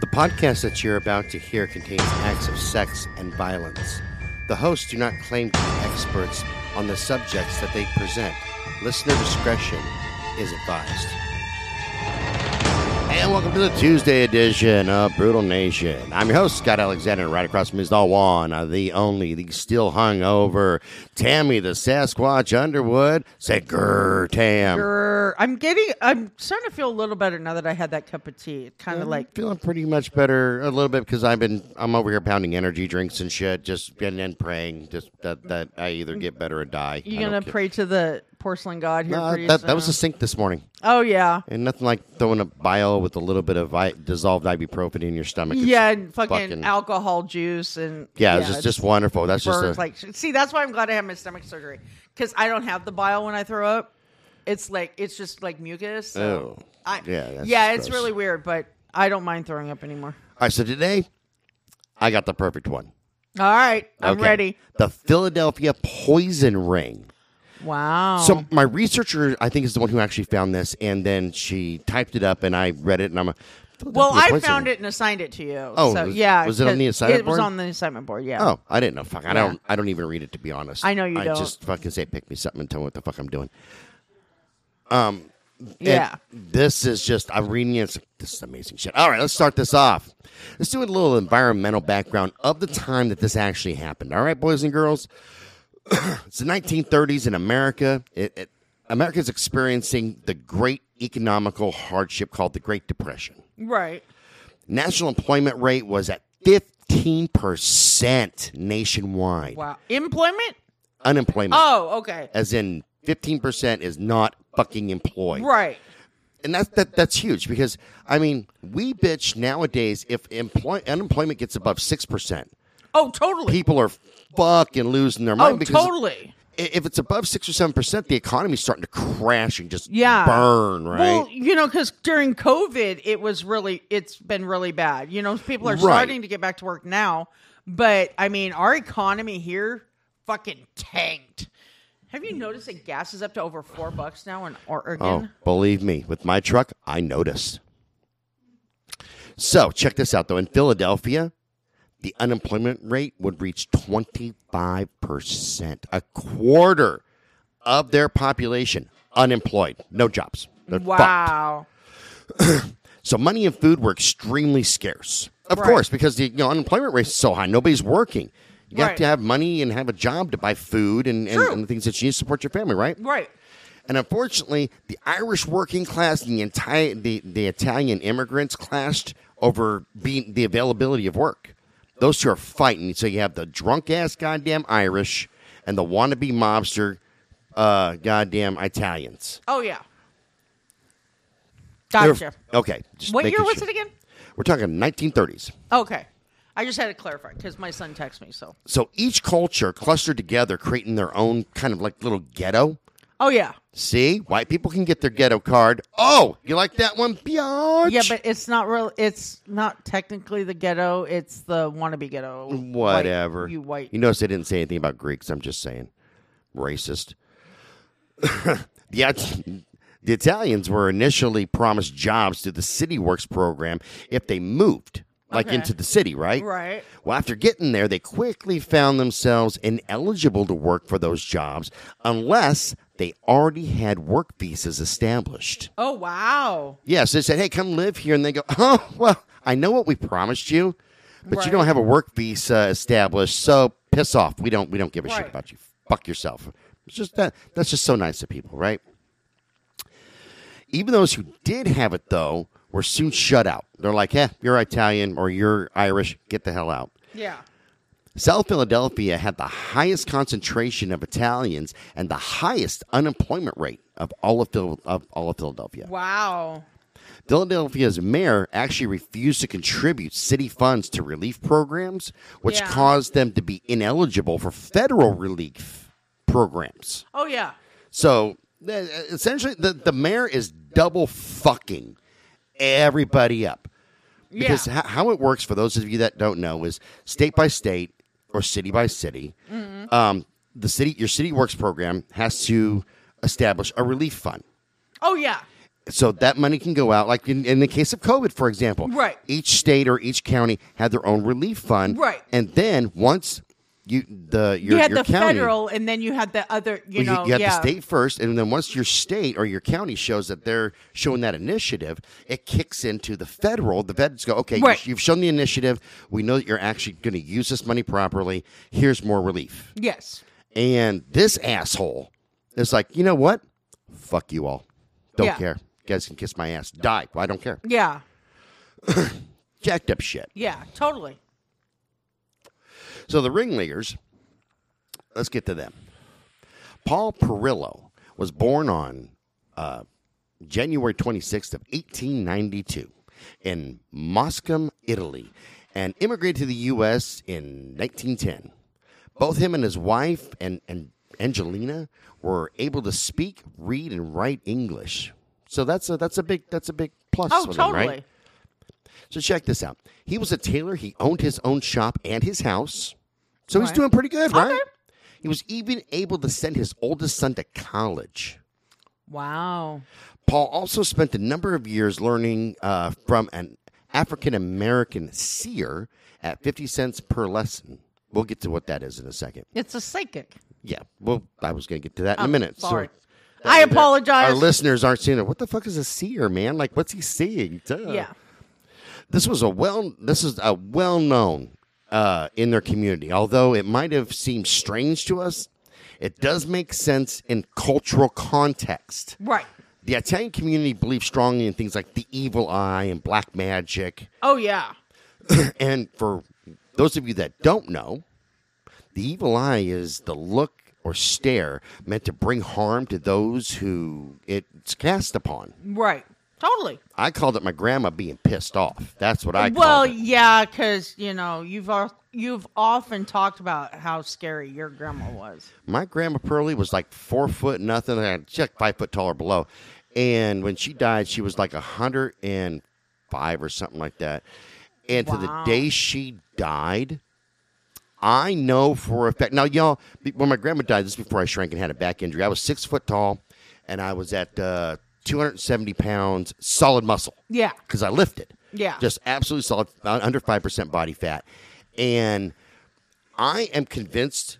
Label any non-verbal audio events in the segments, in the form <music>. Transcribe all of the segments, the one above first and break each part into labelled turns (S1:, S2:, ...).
S1: The podcast that you're about to hear contains acts of sex and violence. The hosts do not claim to be experts on the subjects that they present. Listener discretion is advised. And welcome to the Tuesday edition of Brutal Nation. I'm your host, Scott Alexander, and right across from me is the one, uh, the only, the still hungover, Tammy the Sasquatch Underwood. Say, grrr, Tam.
S2: Grr. I'm getting. I'm starting to feel a little better now that I had that cup of tea. It's kind of like
S1: feeling pretty much better a little bit because I've been I'm over here pounding energy drinks and shit, just and then praying just that that I either get better or die.
S2: you
S1: I don't
S2: gonna
S1: care.
S2: pray to the porcelain god here.
S1: No,
S2: pretty
S1: that, that was
S2: soon?
S1: a sink this morning,
S2: oh yeah,
S1: and nothing like throwing a bile with a little bit of vi- dissolved ibuprofen in your stomach. It's-
S2: yeah, and fucking,
S1: fucking-
S2: alcohol juice and
S1: yeah, it's just
S2: it
S1: just wonderful. That's just
S2: burns
S1: a,
S2: like shit. see. That's why I'm glad I had my stomach surgery because I don't have the bile when I throw up. It's like it's just like mucus. So
S1: Oh.
S2: I,
S1: Yeah, that's
S2: yeah, it's
S1: gross.
S2: really weird, but I don't mind throwing up anymore.
S1: all right. So today, I got the perfect one.
S2: All right, I'm
S1: Okay.
S2: ready.
S1: The Philadelphia poison ring.
S2: Wow.
S1: So my researcher, I think, is the one who actually found this, and then she typed it up, and I read it, and I'm a.
S2: Well,
S1: Philadelphia
S2: I
S1: poison
S2: found
S1: ring.
S2: it and assigned it to you.
S1: Oh,
S2: so,
S1: was-
S2: yeah.
S1: was it on the
S2: 'cause
S1: assignment
S2: It was
S1: board?
S2: on the assignment board. Yeah.
S1: Oh, I didn't know. Fuck, I
S2: Yeah.
S1: don't. I don't even read it to be honest.
S2: I know you
S1: I
S2: don't.
S1: just fucking say pick me something and tell me what the fuck I'm doing. And
S2: yeah.
S1: this is just I'm reading it. It's like, This is amazing shit. All right, let's start this off. Let's do a little environmental background of the time that this actually happened. All right, boys and girls. <coughs> it's the 1930s in America. It, it, America's experiencing the great economical hardship called the Great Depression.
S2: Right.
S1: National employment rate was at 15% nationwide.
S2: Wow. Employment?
S1: Unemployment.
S2: Oh, okay.
S1: as in 15% is not fucking employed.
S2: Right.
S1: And that's that that's huge because I mean, we bitch nowadays if employ, unemployment gets above 6%,
S2: Oh, totally.
S1: people are fucking losing their mind
S2: oh,
S1: because
S2: totally.
S1: i- if it's above 6 or 7%, the economy's starting to crash and just
S2: Yeah.
S1: burn, right?
S2: Well, you know, because during COVID, it was really, it's been really bad. You know, people are
S1: Right.
S2: starting to get back to work now, but I mean, our economy here fucking tanked. Have you noticed that gas is up to over four bucks now in Oregon?
S1: Oh, believe me, with my truck, I noticed. So check this out, though. In Philadelphia, the unemployment rate would reach 25%, a quarter of their population unemployed, no jobs. They're fucked.
S2: wow.
S1: So money and food were extremely scarce. Of
S2: Right.
S1: course, because the you know, unemployment rate is so high, nobody's working. You have
S2: Right.
S1: to have money and have a job to buy food and, and,
S2: True.
S1: and the things that you need to support your family, right?
S2: Right.
S1: And unfortunately, the Irish working class and the entire the, the Italian immigrants clashed over being the availability of work. Those two are fighting. So you have the drunk ass goddamn Irish and the wannabe mobster uh, goddamn Italians.
S2: Oh, yeah.
S1: They're-
S2: Gotcha.
S1: Okay. just
S2: What
S1: making
S2: year was
S1: sure.
S2: it again?
S1: We're talking 1930s.
S2: Okay. I just had to clarify because my son texted me. So,
S1: So each culture clustered together, creating their own kind of like little ghetto.
S2: oh yeah,
S1: See, white people can get their ghetto card. Oh, you like that one, biatch?
S2: yeah, but it's not real. It's not technically the ghetto. It's the wannabe ghetto. white-
S1: Whatever.
S2: you white.
S1: You notice they didn't say anything about Greeks. I'm just saying. Racist. <laughs> the, It- the Italians were initially promised jobs through the City Works program if they moved, like
S2: Okay.
S1: into the city, right?
S2: Right.
S1: Well, after getting there, they quickly found themselves ineligible to work for those jobs unless they already had work visas established.
S2: Oh wow.
S1: Yes, they said, "Hey, come live here," and they go, <laughs> "Oh, well, I know what we promised you, but you
S2: Right.
S1: don't have a work visa established, so piss off. We don't, we don't give a shit
S2: Right.
S1: about you. Fuck yourself." It's just that. That's just so nice of people, right? Even those who did have it, though, were soon shut out. They're like, "Eh, you're Italian or you're Irish. Get the hell out."
S2: Yeah.
S1: South Philadelphia had the highest concentration of Italians and the highest unemployment rate of all of, Phil- of all of Philadelphia.
S2: Wow.
S1: Philadelphia's mayor actually refused to contribute city funds to relief programs, which
S2: Yeah.
S1: caused them to be ineligible for federal relief programs.
S2: Oh yeah.
S1: So uh, essentially, the, the mayor is double fucking everybody up. Because
S2: yeah.
S1: ho- how it works, for those of you that don't know, is state by state or city by city,
S2: Mm-hmm.
S1: um, the city your city works program has to establish a relief fund
S2: oh yeah.
S1: So that money can go out, like in, in the case of COVID, for example.
S2: Right.
S1: Each state or each county had their own relief fund.
S2: Right.
S1: And then once you the your,
S2: You had
S1: your
S2: the
S1: county,
S2: federal, and then you had the other. You
S1: well,
S2: know,
S1: you, you have
S2: yeah.
S1: the state first, and then once your state or your county shows that they're showing that initiative, it kicks into the federal. The feds go, okay, you-
S2: Right.
S1: you've shown the initiative. We know that you're actually going to use this money properly. Here's more relief.
S2: Yes.
S1: And this asshole is like, you know what? Fuck you all. Don't
S2: Yeah.
S1: care. You guys can kiss my ass. Die. I don't care.
S2: Yeah.
S1: Jacked up shit.
S2: Yeah. Totally.
S1: So the ringleaders, let's get to them. Paul Perillo was born on uh, January 26th of 1892 in Moscum, Italy, and immigrated to the U.S. in 1910. Both him and his wife and, and Angelina were able to speak, read, and write English. So that's a that's a big that's a big plus.
S2: Oh,
S1: with him,
S2: totally.
S1: right? So check this out. He was a tailor. He owned his own shop and his house. So he's
S2: Right.
S1: doing pretty good, right? He was even able to send his oldest son to college.
S2: Wow.
S1: Paul also spent a number of years learning uh, from an African American seer at 50 cents per lesson. We'll get to what that is in a second.
S2: It's a psychic.
S1: Yeah, well, I was going to get to that in a
S2: Oh,
S1: minute.
S2: sorry.
S1: That
S2: I
S1: way there-
S2: apologize.
S1: Our listeners aren't seeing it. What the fuck is a seer, man? Like, what's he seeing? Duh.
S2: Yeah.
S1: this was a well this is a well known uh, in their community although it might have seemed strange to us it does make sense in cultural context
S2: Right.
S1: the italian community believes strongly in things like the evil eye and black magic <clears throat>
S2: Oh yeah.
S1: and for those of you that don't know the evil eye is the look or stare meant to bring harm to those who it's cast upon
S2: Right. Totally.
S1: i called it my grandma being pissed off that's what i
S2: well,
S1: called it.
S2: yeah, because you know you've al- you've often talked about how scary your grandma was.
S1: My grandma Pearlie was like four foot nothing, and she's like five foot tall or below. And when she died, she was like a hundred and five or something like that. And to the
S2: Wow.
S1: day she died, I know for a fact. Now, y'all, be- when my grandma died, this is before I shrank and had a back injury. I was six foot tall, and I was at uh, 270 pounds, solid muscle
S2: Yeah.
S1: because I lifted.
S2: Yeah.
S1: Just absolutely solid, about under 5% body fat. And I am convinced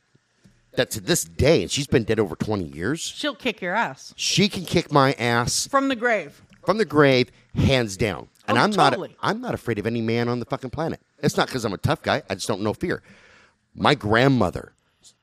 S1: that to this day, and she's been dead over 20 years,
S2: She'll kick your ass
S1: she can kick my ass
S2: from the grave.
S1: from the grave, hands down. And
S2: Oh,
S1: I'm
S2: totally.
S1: not I'm not afraid of any man on the fucking planet. It's not because I'm a tough guy. I just don't know fear. My grandmother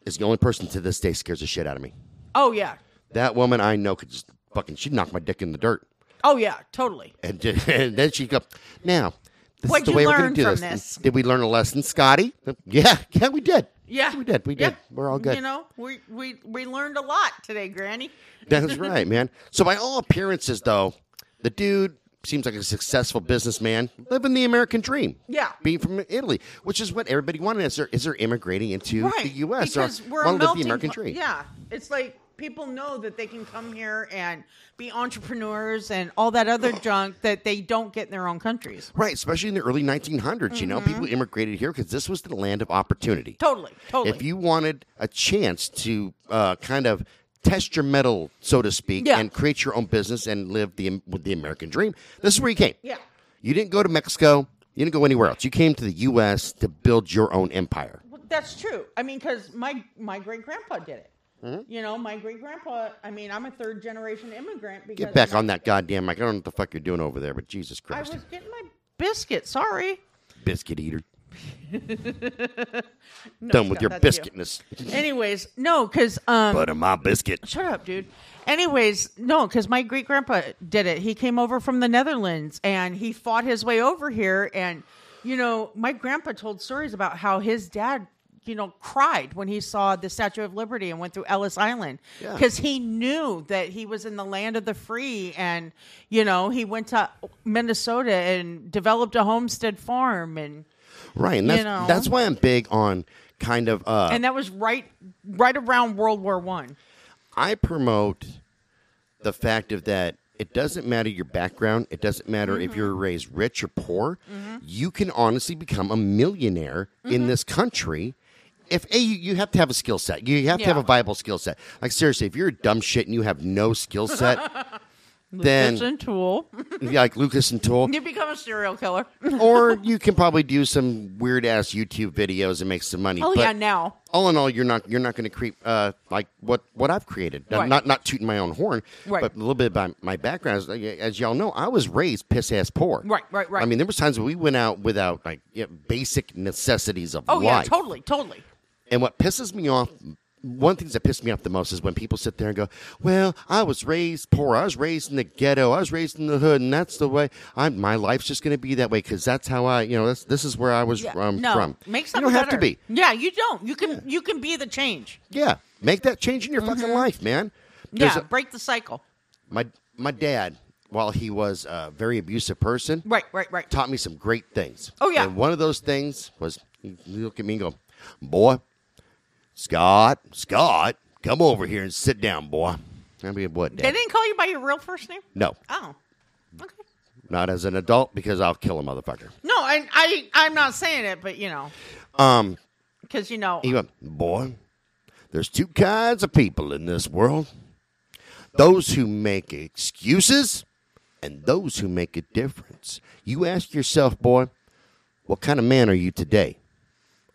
S1: is the only person to this day scares the shit out of me.
S2: Oh yeah.
S1: That woman I know could just fucking she'd knock my dick in the dirt.
S2: Oh yeah. Totally.
S1: And, <laughs> did- and then she go, now, this
S2: What'd
S1: is the way
S2: you
S1: we're going
S2: learn
S1: to do
S2: from
S1: this.
S2: this?
S1: Did we learn a lesson, Scotty? Yeah, yeah, we did.
S2: Yeah.
S1: We did. We
S2: Yeah.
S1: did. We're all good.
S2: You know, we we we learned a lot today, Granny.
S1: That's right, man. So, by all appearances, though, the dude seems like a successful businessman living the American dream.
S2: Yeah.
S1: Being from Italy, which is what everybody wanted as they're, as they're immigrating into
S2: Right.
S1: the U.S. or
S2: Because we're a
S1: wanted to live
S2: melting
S1: the American
S2: pot-
S1: dream.
S2: Yeah. It's like people know that they can come here and be entrepreneurs and all that
S1: <sighs>
S2: other junk that they don't get in their own countries.
S1: Right, especially in the early 1900s, you know,
S2: Mm-hmm.
S1: people immigrated here because this was the land of opportunity.
S2: Totally. Totally.
S1: if you wanted a chance to uh, kind of test your metal, so to speak,
S2: Yeah.
S1: and create your own business and live the with the American dream, this is where you came.
S2: Yeah.
S1: you didn't go to Mexico. You didn't go anywhere else. You came to the U.S. to build your own empire.
S2: Well, that's true. I mean, because my my great grandpa did it.
S1: Mm-hmm.
S2: You know, my great grandpa. I mean, I'm a third generation immigrant because
S1: Get back on that goddamn mic. I don't know what the fuck you're doing over there, but Jesus
S2: I
S1: Christ,
S2: was getting my biscuit. Sorry.
S1: biscuit
S2: <laughs>
S1: eater.
S2: No,
S1: Done with
S2: Scott,
S1: your
S2: that's you.
S1: biscuitness.
S2: Anyways, no, because um,
S1: Butter my biscuit.
S2: shut up, dude. Anyways, no, because my great grandpa did it. He came over from the Netherlands and he fought his way over here. And, you know, my grandpa told stories about how his dad, you know, cried when he saw the Statue of Liberty and went through Ellis Island
S1: Yeah.
S2: because he knew that he was in the land of the free. And, you know, he went to Minnesota and developed a homestead farm. And,
S1: Right, and that's
S2: know.
S1: that's why I'm big on kind of uh,
S2: and that was right, right around World War One.
S1: I promote the fact of that it doesn't matter your background. It doesn't matter if you're
S2: Mm-hmm.
S1: raised rich or poor. You can honestly become a millionaire in
S2: Mm-hmm.
S1: this country. If a you, you have to have a skill set, you have to have
S2: Yeah. <laughs>
S1: a viable skill set. Like seriously, if you're a dumb shit and you have no skill set, then
S2: Listen, Tool.
S1: yeah, like Lucas and Tool,
S2: <laughs> you become a serial killer.
S1: or you can probably do some weird ass YouTube videos and make some money.
S2: Oh
S1: but
S2: yeah, now.
S1: all in all, you're not you're not going to creep uh, like what what I've created. Now,
S2: Right.
S1: Not not tooting my own horn,
S2: Right.
S1: but a little bit about my background. As, as y'all know, I was raised piss ass poor.
S2: Right, right, right.
S1: I mean, there was times when we went out without like you know, basic necessities of
S2: Oh
S1: life.
S2: yeah, totally, totally.
S1: And what pisses me off, one of the things that pisses me off the most is when people sit there and go, "Well, I was raised poor. I was raised in the ghetto. I was raised in the hood, and that's the way. I'm, my life's just going to be that way because that's how I, you know, that's, this is where I was
S2: Yeah.
S1: um,
S2: no,
S1: from.
S2: make
S1: you
S2: something
S1: don't have to
S2: better.
S1: be.
S2: Yeah, you don't. You can you can be the change.
S1: Yeah, make that change in your fucking life, man. There's
S2: Mm-hmm. yeah,
S1: a-
S2: break the cycle.
S1: my my dad, while he was a very abusive person,
S2: Right, right, right.
S1: taught me some great things.
S2: Oh, yeah.
S1: And one of those things was he look at me and go, "Boy, Scott, Scott, come over here and sit down, boy." I mean, what?
S2: They
S1: Dad?
S2: didn't call you by your real first name.
S1: No,
S2: Oh, okay.
S1: not as an adult because I'll kill a motherfucker.
S2: No, and I I'm not saying it, but you know,
S1: Um,
S2: because you know,
S1: he went, "Boy, there's two kinds of people in this world: those who make excuses, and those who make a difference." You ask yourself, boy, what kind of man are you today?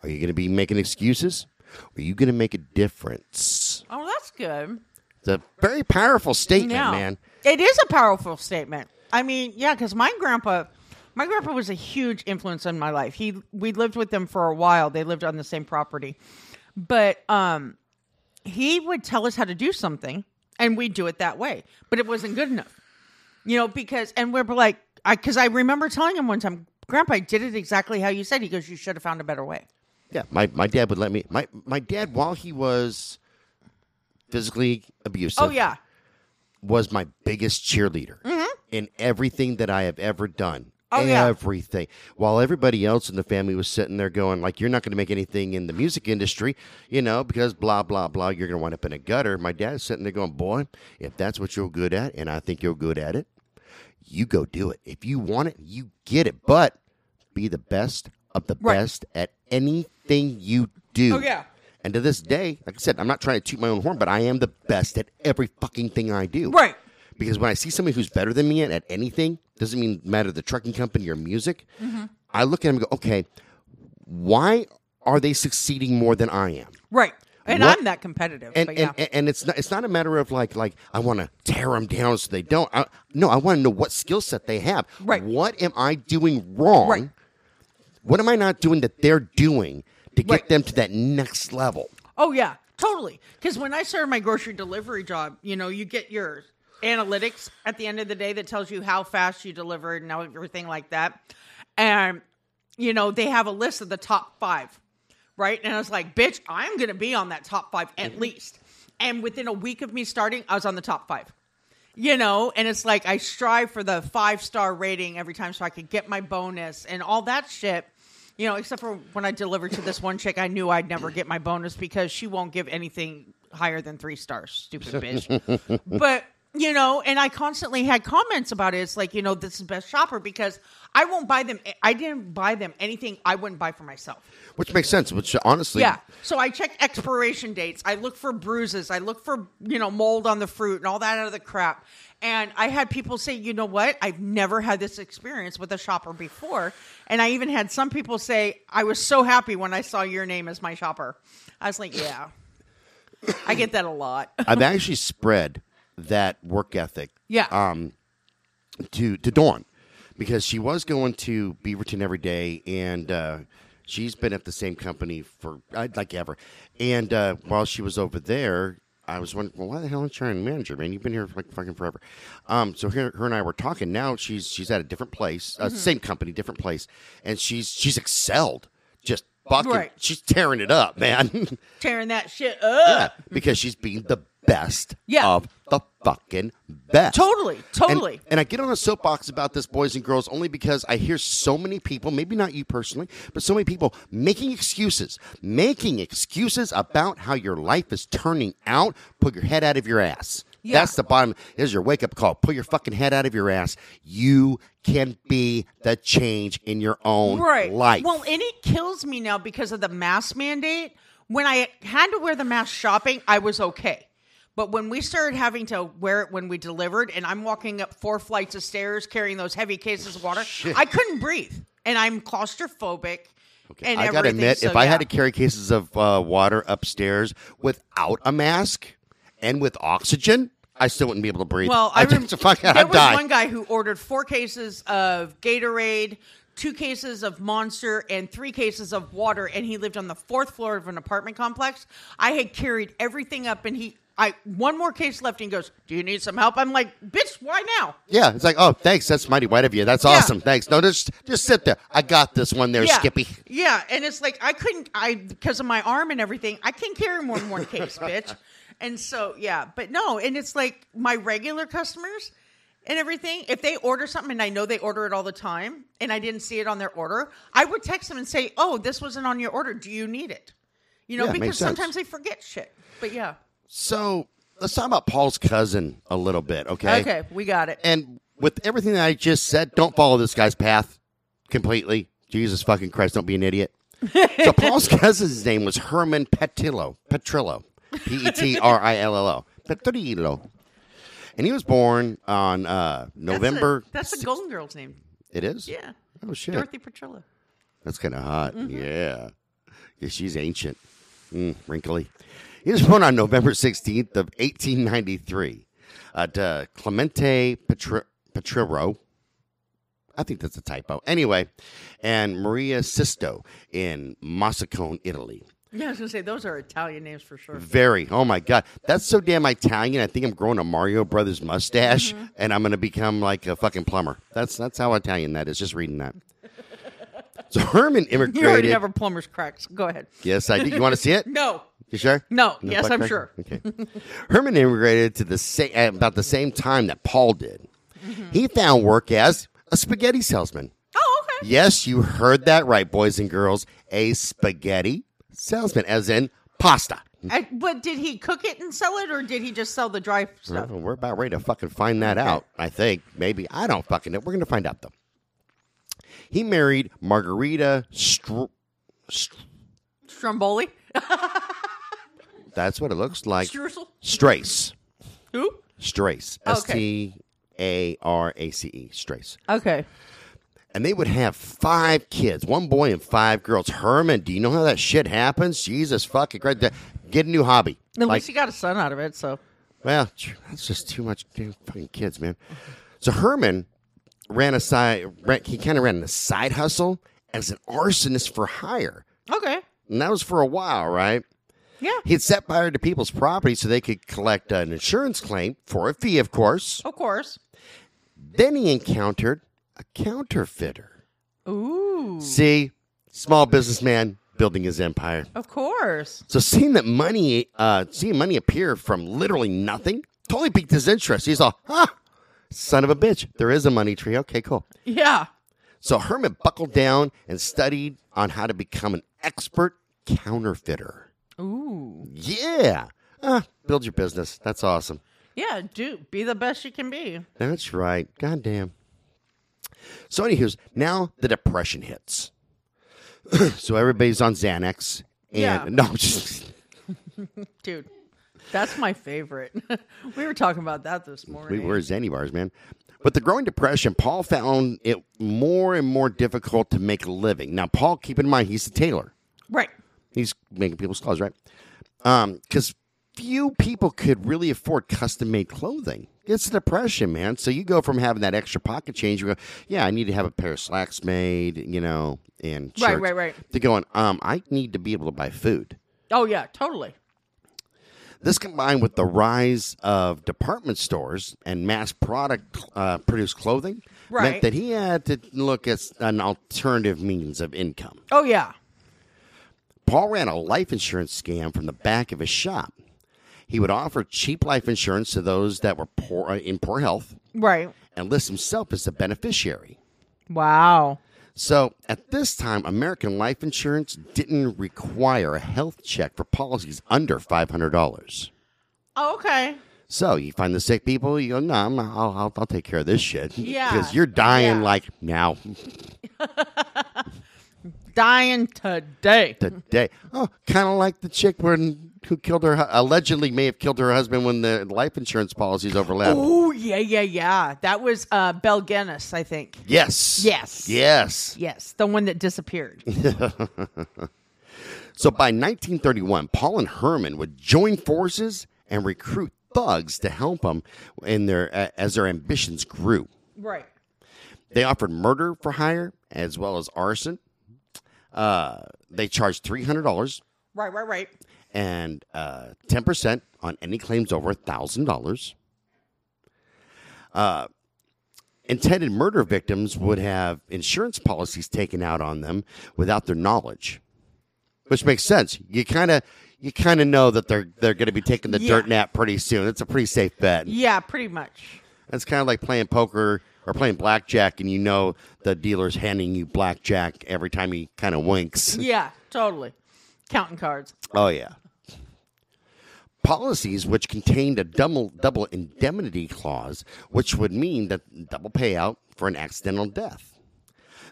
S1: Are you going to be making excuses? Or are you going to make a difference?
S2: oh, that's good.
S1: It's a very powerful statement,
S2: Yeah,
S1: man.
S2: It is a powerful statement. I mean, yeah, because my grandpa, my grandpa was a huge influence in my life. He we lived with them for a while. They lived on the same property, but um, he would tell us how to do something, and we'd do it that way. But it wasn't good enough, you know. Because and we're like, I because I remember telling him one time, Grandpa, I did it exactly how you said. He goes, you should have found a better way.
S1: Yeah, my, my dad would let me. My my dad, while he was physically abusive,
S2: oh yeah,
S1: was my biggest cheerleader in everything that I have ever done.
S2: Mm-hmm. Oh, yeah.
S1: everything. While everybody else in the family was sitting there going, like, you're not going to make anything in the music industry, you know, because blah, blah, blah, you're going to wind up in a gutter. My dad's sitting there going, boy, if that's what you're good at, and I think you're good at it, you go do it. If you want it, you get it. But be the best of the
S2: Right.
S1: best at anything you do.
S2: Oh, yeah.
S1: And to this day, like I said, I'm not trying to toot my own horn, but I am the best at every fucking thing I do.
S2: Right.
S1: Because when I see somebody who's better than me at, at anything, doesn't mean matter the trucking company or music,
S2: Mm-hmm.
S1: I look at them and go, okay, why are they succeeding more than I am?
S2: right. And
S1: What-
S2: I'm that competitive.
S1: And,
S2: but yeah.
S1: and and it's not it's not a matter of like like I want to tear them down so they don't. I, no, I want to know what skill set they have.
S2: Right.
S1: What am I doing wrong?
S2: Right.
S1: What am I not doing that they're doing to get
S2: Right.
S1: them to that next level?
S2: Oh yeah, totally. Because when I started my grocery delivery job, you know, you get your analytics at the end of the day that tells you how fast you delivered and everything like that. And you know, they have a list of the top five, right? And I was like, bitch, I'm gonna be on that top five at least. And within a week of me starting, I was on the top five. You know, and it's like I strive for the five star rating every time so I could get my bonus and all that shit. You know, except for when I delivered to this one chick, I knew I'd never get my bonus because she won't give anything higher than three stars, stupid bitch. but, you know, and I constantly had comments about it. It's like, you know, this is best shopper because I won't buy them. I didn't buy them anything I wouldn't buy for myself.
S1: Which makes sense. Which honestly,
S2: Yeah. So I check expiration dates. I look for bruises. I look for, you know, mold on the fruit and all that other crap. And I had people say, you know what? I've never had this experience with a shopper before. And I even had some people say, I was so happy when I saw your name as my shopper. I was like, yeah. I get that a lot.
S1: I've actually spread that work ethic.
S2: Yeah.
S1: Um, to to Dawn, because she was going to Beaverton every day, and uh, she's been at the same company for uh, like ever. And uh, while she was over there, I was wondering, well, why the hell aren't you hiring a manager, man? You've been here for like fucking forever. Um, so her, her and I were talking. Now she's she's at a different place,
S2: Mm-hmm.
S1: uh, same company, different place, and she's she's excelled. Just fucking,
S2: Right.
S1: she's tearing it up, man. <laughs>
S2: Tearing that shit up.
S1: Yeah, because she's being the best
S2: Yeah.
S1: of the fucking best.
S2: Totally.
S1: And-
S2: Totally.
S1: And, I get on a soapbox about this, boys and girls, only because I hear so many people, maybe not you personally, but so many people making excuses, making excuses about how your life is turning out. Put your head out of your ass.
S2: Yeah.
S1: That's the bottom. Here's your wake up call. Put your fucking head out of your ass. You can be the change in your own life.
S2: Well, and it kills me now because of the mask mandate. When I had to wear the mask shopping, I was okay. But when we started having to wear it when we delivered, and I'm walking up four flights of stairs carrying those heavy cases of water, I couldn't breathe, and I'm claustrophobic.
S1: Okay,
S2: and
S1: I gotta
S2: everything.
S1: admit,
S2: So,
S1: if I had to
S2: yeah.
S1: carry cases of uh, water upstairs without a mask and with oxygen, I still wouldn't be able to breathe.
S2: Well, I
S1: just-
S2: <laughs>
S1: <laughs>
S2: rem-
S1: fuck,
S2: there
S1: I'd
S2: was
S1: die.
S2: one guy who ordered four cases of Gatorade, two cases of Monster, and three cases of water, and he lived on the fourth floor of an apartment complex. I had carried everything up, and he, I one more case left, and he goes, "Do you need some help?" I'm like, "Bitch, why now?"
S1: Yeah, it's like, oh, thanks. That's mighty white of you. That's
S2: Yeah.
S1: awesome. Thanks. No, just just sit there. I got this one there,
S2: yeah,
S1: Skippy.
S2: Yeah, and it's like I couldn't, I because of my arm and everything, I can't carry more than one
S1: <laughs>
S2: case, bitch. And so yeah, but no, and it's like my regular customers and everything. If they order something and I know they order it all the time, and I didn't see it on their order, I would text them and say, "Oh, this wasn't on your order. Do you need it?" You know,
S1: Yeah, it makes
S2: because
S1: sense.
S2: sometimes they forget shit. But yeah,
S1: So let's talk about Paul's cousin a little bit, okay?
S2: okay, we got it.
S1: And with everything that I just said, don't follow this guy's path completely. Jesus fucking Christ, don't be an idiot. so Paul's cousin's name was Herman Petillo. Petrillo. P E T R I L L O. Petrillo. And he was born on uh,
S2: That's
S1: November.
S2: A, that's the Golden Girl's name.
S1: It is?
S2: Yeah,
S1: Oh, shit.
S2: Dorothy Petrillo.
S1: That's kind of hot.
S2: Mm-hmm.
S1: Yeah. Yeah, she's ancient. Mm, wrinkly. He was born on November 16th of 1893 uh, to Clemente Petri- Petrero. I think that's a typo. Anyway, and Maria Sisto in Massacone, Italy.
S2: Yeah, I was gonna say those are Italian names for sure.
S1: Very. Oh my God. That's so damn Italian. I think I'm growing a Mario Brothers mustache
S2: Mm-hmm.
S1: and I'm going to become like a fucking plumber. That's that's how Italian that is, just reading
S2: <laughs>
S1: that. So Herman
S2: You already
S1: immigrated.
S2: have a plumber's cracks. Go ahead.
S1: Yes, I do. You want to see it?
S2: <laughs> No.
S1: You sure?
S2: No.
S1: No
S2: yes,
S1: black
S2: I'm
S1: cracker?
S2: sure.
S1: Okay. Herman immigrated to the sa- at about the same time that Paul did.
S2: Mm-hmm.
S1: He found work as a spaghetti salesman.
S2: Oh, okay.
S1: Yes, you heard that right, boys and girls. A spaghetti salesman, as in pasta.
S2: I, but did he cook it and sell it, or did he just sell the dry stuff?
S1: Well, we're about ready to fucking find that out. I think maybe I don't fucking know. We're gonna find out though. He married Margarita. Str- Str-
S2: Stromboli?
S1: that's what it looks like.
S2: Streusel?
S1: Strace.
S2: Who?
S1: Strace.
S2: Okay.
S1: S T A R A C E. Strace.
S2: Okay.
S1: And they would have five kids, one boy and five girls. Herman, do you know how that shit happens? Jesus fucking Christ. Th- Get a new hobby.
S2: At
S1: Like,
S2: least he got a son out of it, so.
S1: well, tch, that's just too much damn fucking kids, man. So Herman ran a side, ran, he kind of ran a side hustle as an arsonist for hire.
S2: Okay.
S1: And that was for a while, right?
S2: Yeah.
S1: He'd set fire to people's property so they could collect an insurance claim for a fee, of course.
S2: Of course.
S1: Then he encountered a counterfeiter.
S2: Ooh.
S1: See, small businessman building his empire.
S2: Of course.
S1: So seeing that money, uh, seeing money appear from literally nothing, totally piqued his interest. He's all, huh, son of a bitch, there is a money tree. Okay, cool.
S2: Yeah.
S1: So Herman buckled down and studied on how to become an expert counterfeiter.
S2: Ooh.
S1: Yeah. Ah, build your business. That's awesome.
S2: Yeah, do be the best you can be.
S1: That's right. Goddamn. So, anywho's now the depression hits. <clears throat> so everybody's on Xanax, and
S2: Yeah.
S1: <laughs> no, I'm just,
S2: Dude, that's my favorite. <laughs> we were talking about that this
S1: we
S2: morning.
S1: were Xanny bars, man. But the growing depression, Paul found it more and more difficult to make a living. Now, Paul, keep in mind, he's a tailor.
S2: Right.
S1: He's making people's clothes, right? Because few people could really afford custom made clothing. It's a depression, man. So you go from having that extra pocket change, you go, yeah, I need to have a pair of slacks made, you know, and
S2: Right,
S1: shirts,"
S2: right, right.
S1: To going, um, I need to be able to buy food.
S2: Oh, yeah, totally.
S1: This combined with the rise of department stores and mass product uh, produced clothing meant
S2: Right.
S1: that he had to look at an alternative means of income.
S2: Oh, yeah.
S1: Paul ran a life insurance scam from the back of his shop. He would offer cheap life insurance to those that were poor uh, in poor health
S2: Right.
S1: and list himself as the beneficiary.
S2: Wow.
S1: So, at this time, American life insurance didn't require a health check for policies under $500.
S2: Oh, Okay.
S1: So, you find the sick people, you go, no, I'm, I'll, I'll, I'll take care of this shit.
S2: Yeah.
S1: Because you're dying
S2: Yeah.
S1: like now,
S2: Dying today.
S1: today. Oh, kind of like the chick when who killed her hu- allegedly may have killed her husband when the life insurance policies overlapped.
S2: Oh yeah, yeah, yeah. That was uh, Bell Guinness, I think.
S1: Yes.
S2: Yes.
S1: Yes.
S2: Yes, the one that disappeared.
S1: So by 1931, Paul and Herman would join forces and recruit thugs to help them in their a- as their ambitions grew.
S2: right.
S1: They offered murder for hire as well as arson. Uh, they charged three hundred dollars
S2: Right, right, right.
S1: and uh, ten percent on any claims over thousand dollars. Uh, Intended murder victims would have insurance policies taken out on them without their knowledge, which makes sense. You kind of you kind of know that they're they're going to be taking the
S2: Yeah.
S1: dirt nap pretty soon. It's a pretty safe bet.
S2: Yeah, pretty much.
S1: It's kind of like playing poker or playing blackjack, and you know the dealer's handing you blackjack every time he kind of winks.
S2: Yeah, totally. Counting cards.
S1: Oh yeah. Policies which contained a double double indemnity clause, which would mean that double payout for an accidental death.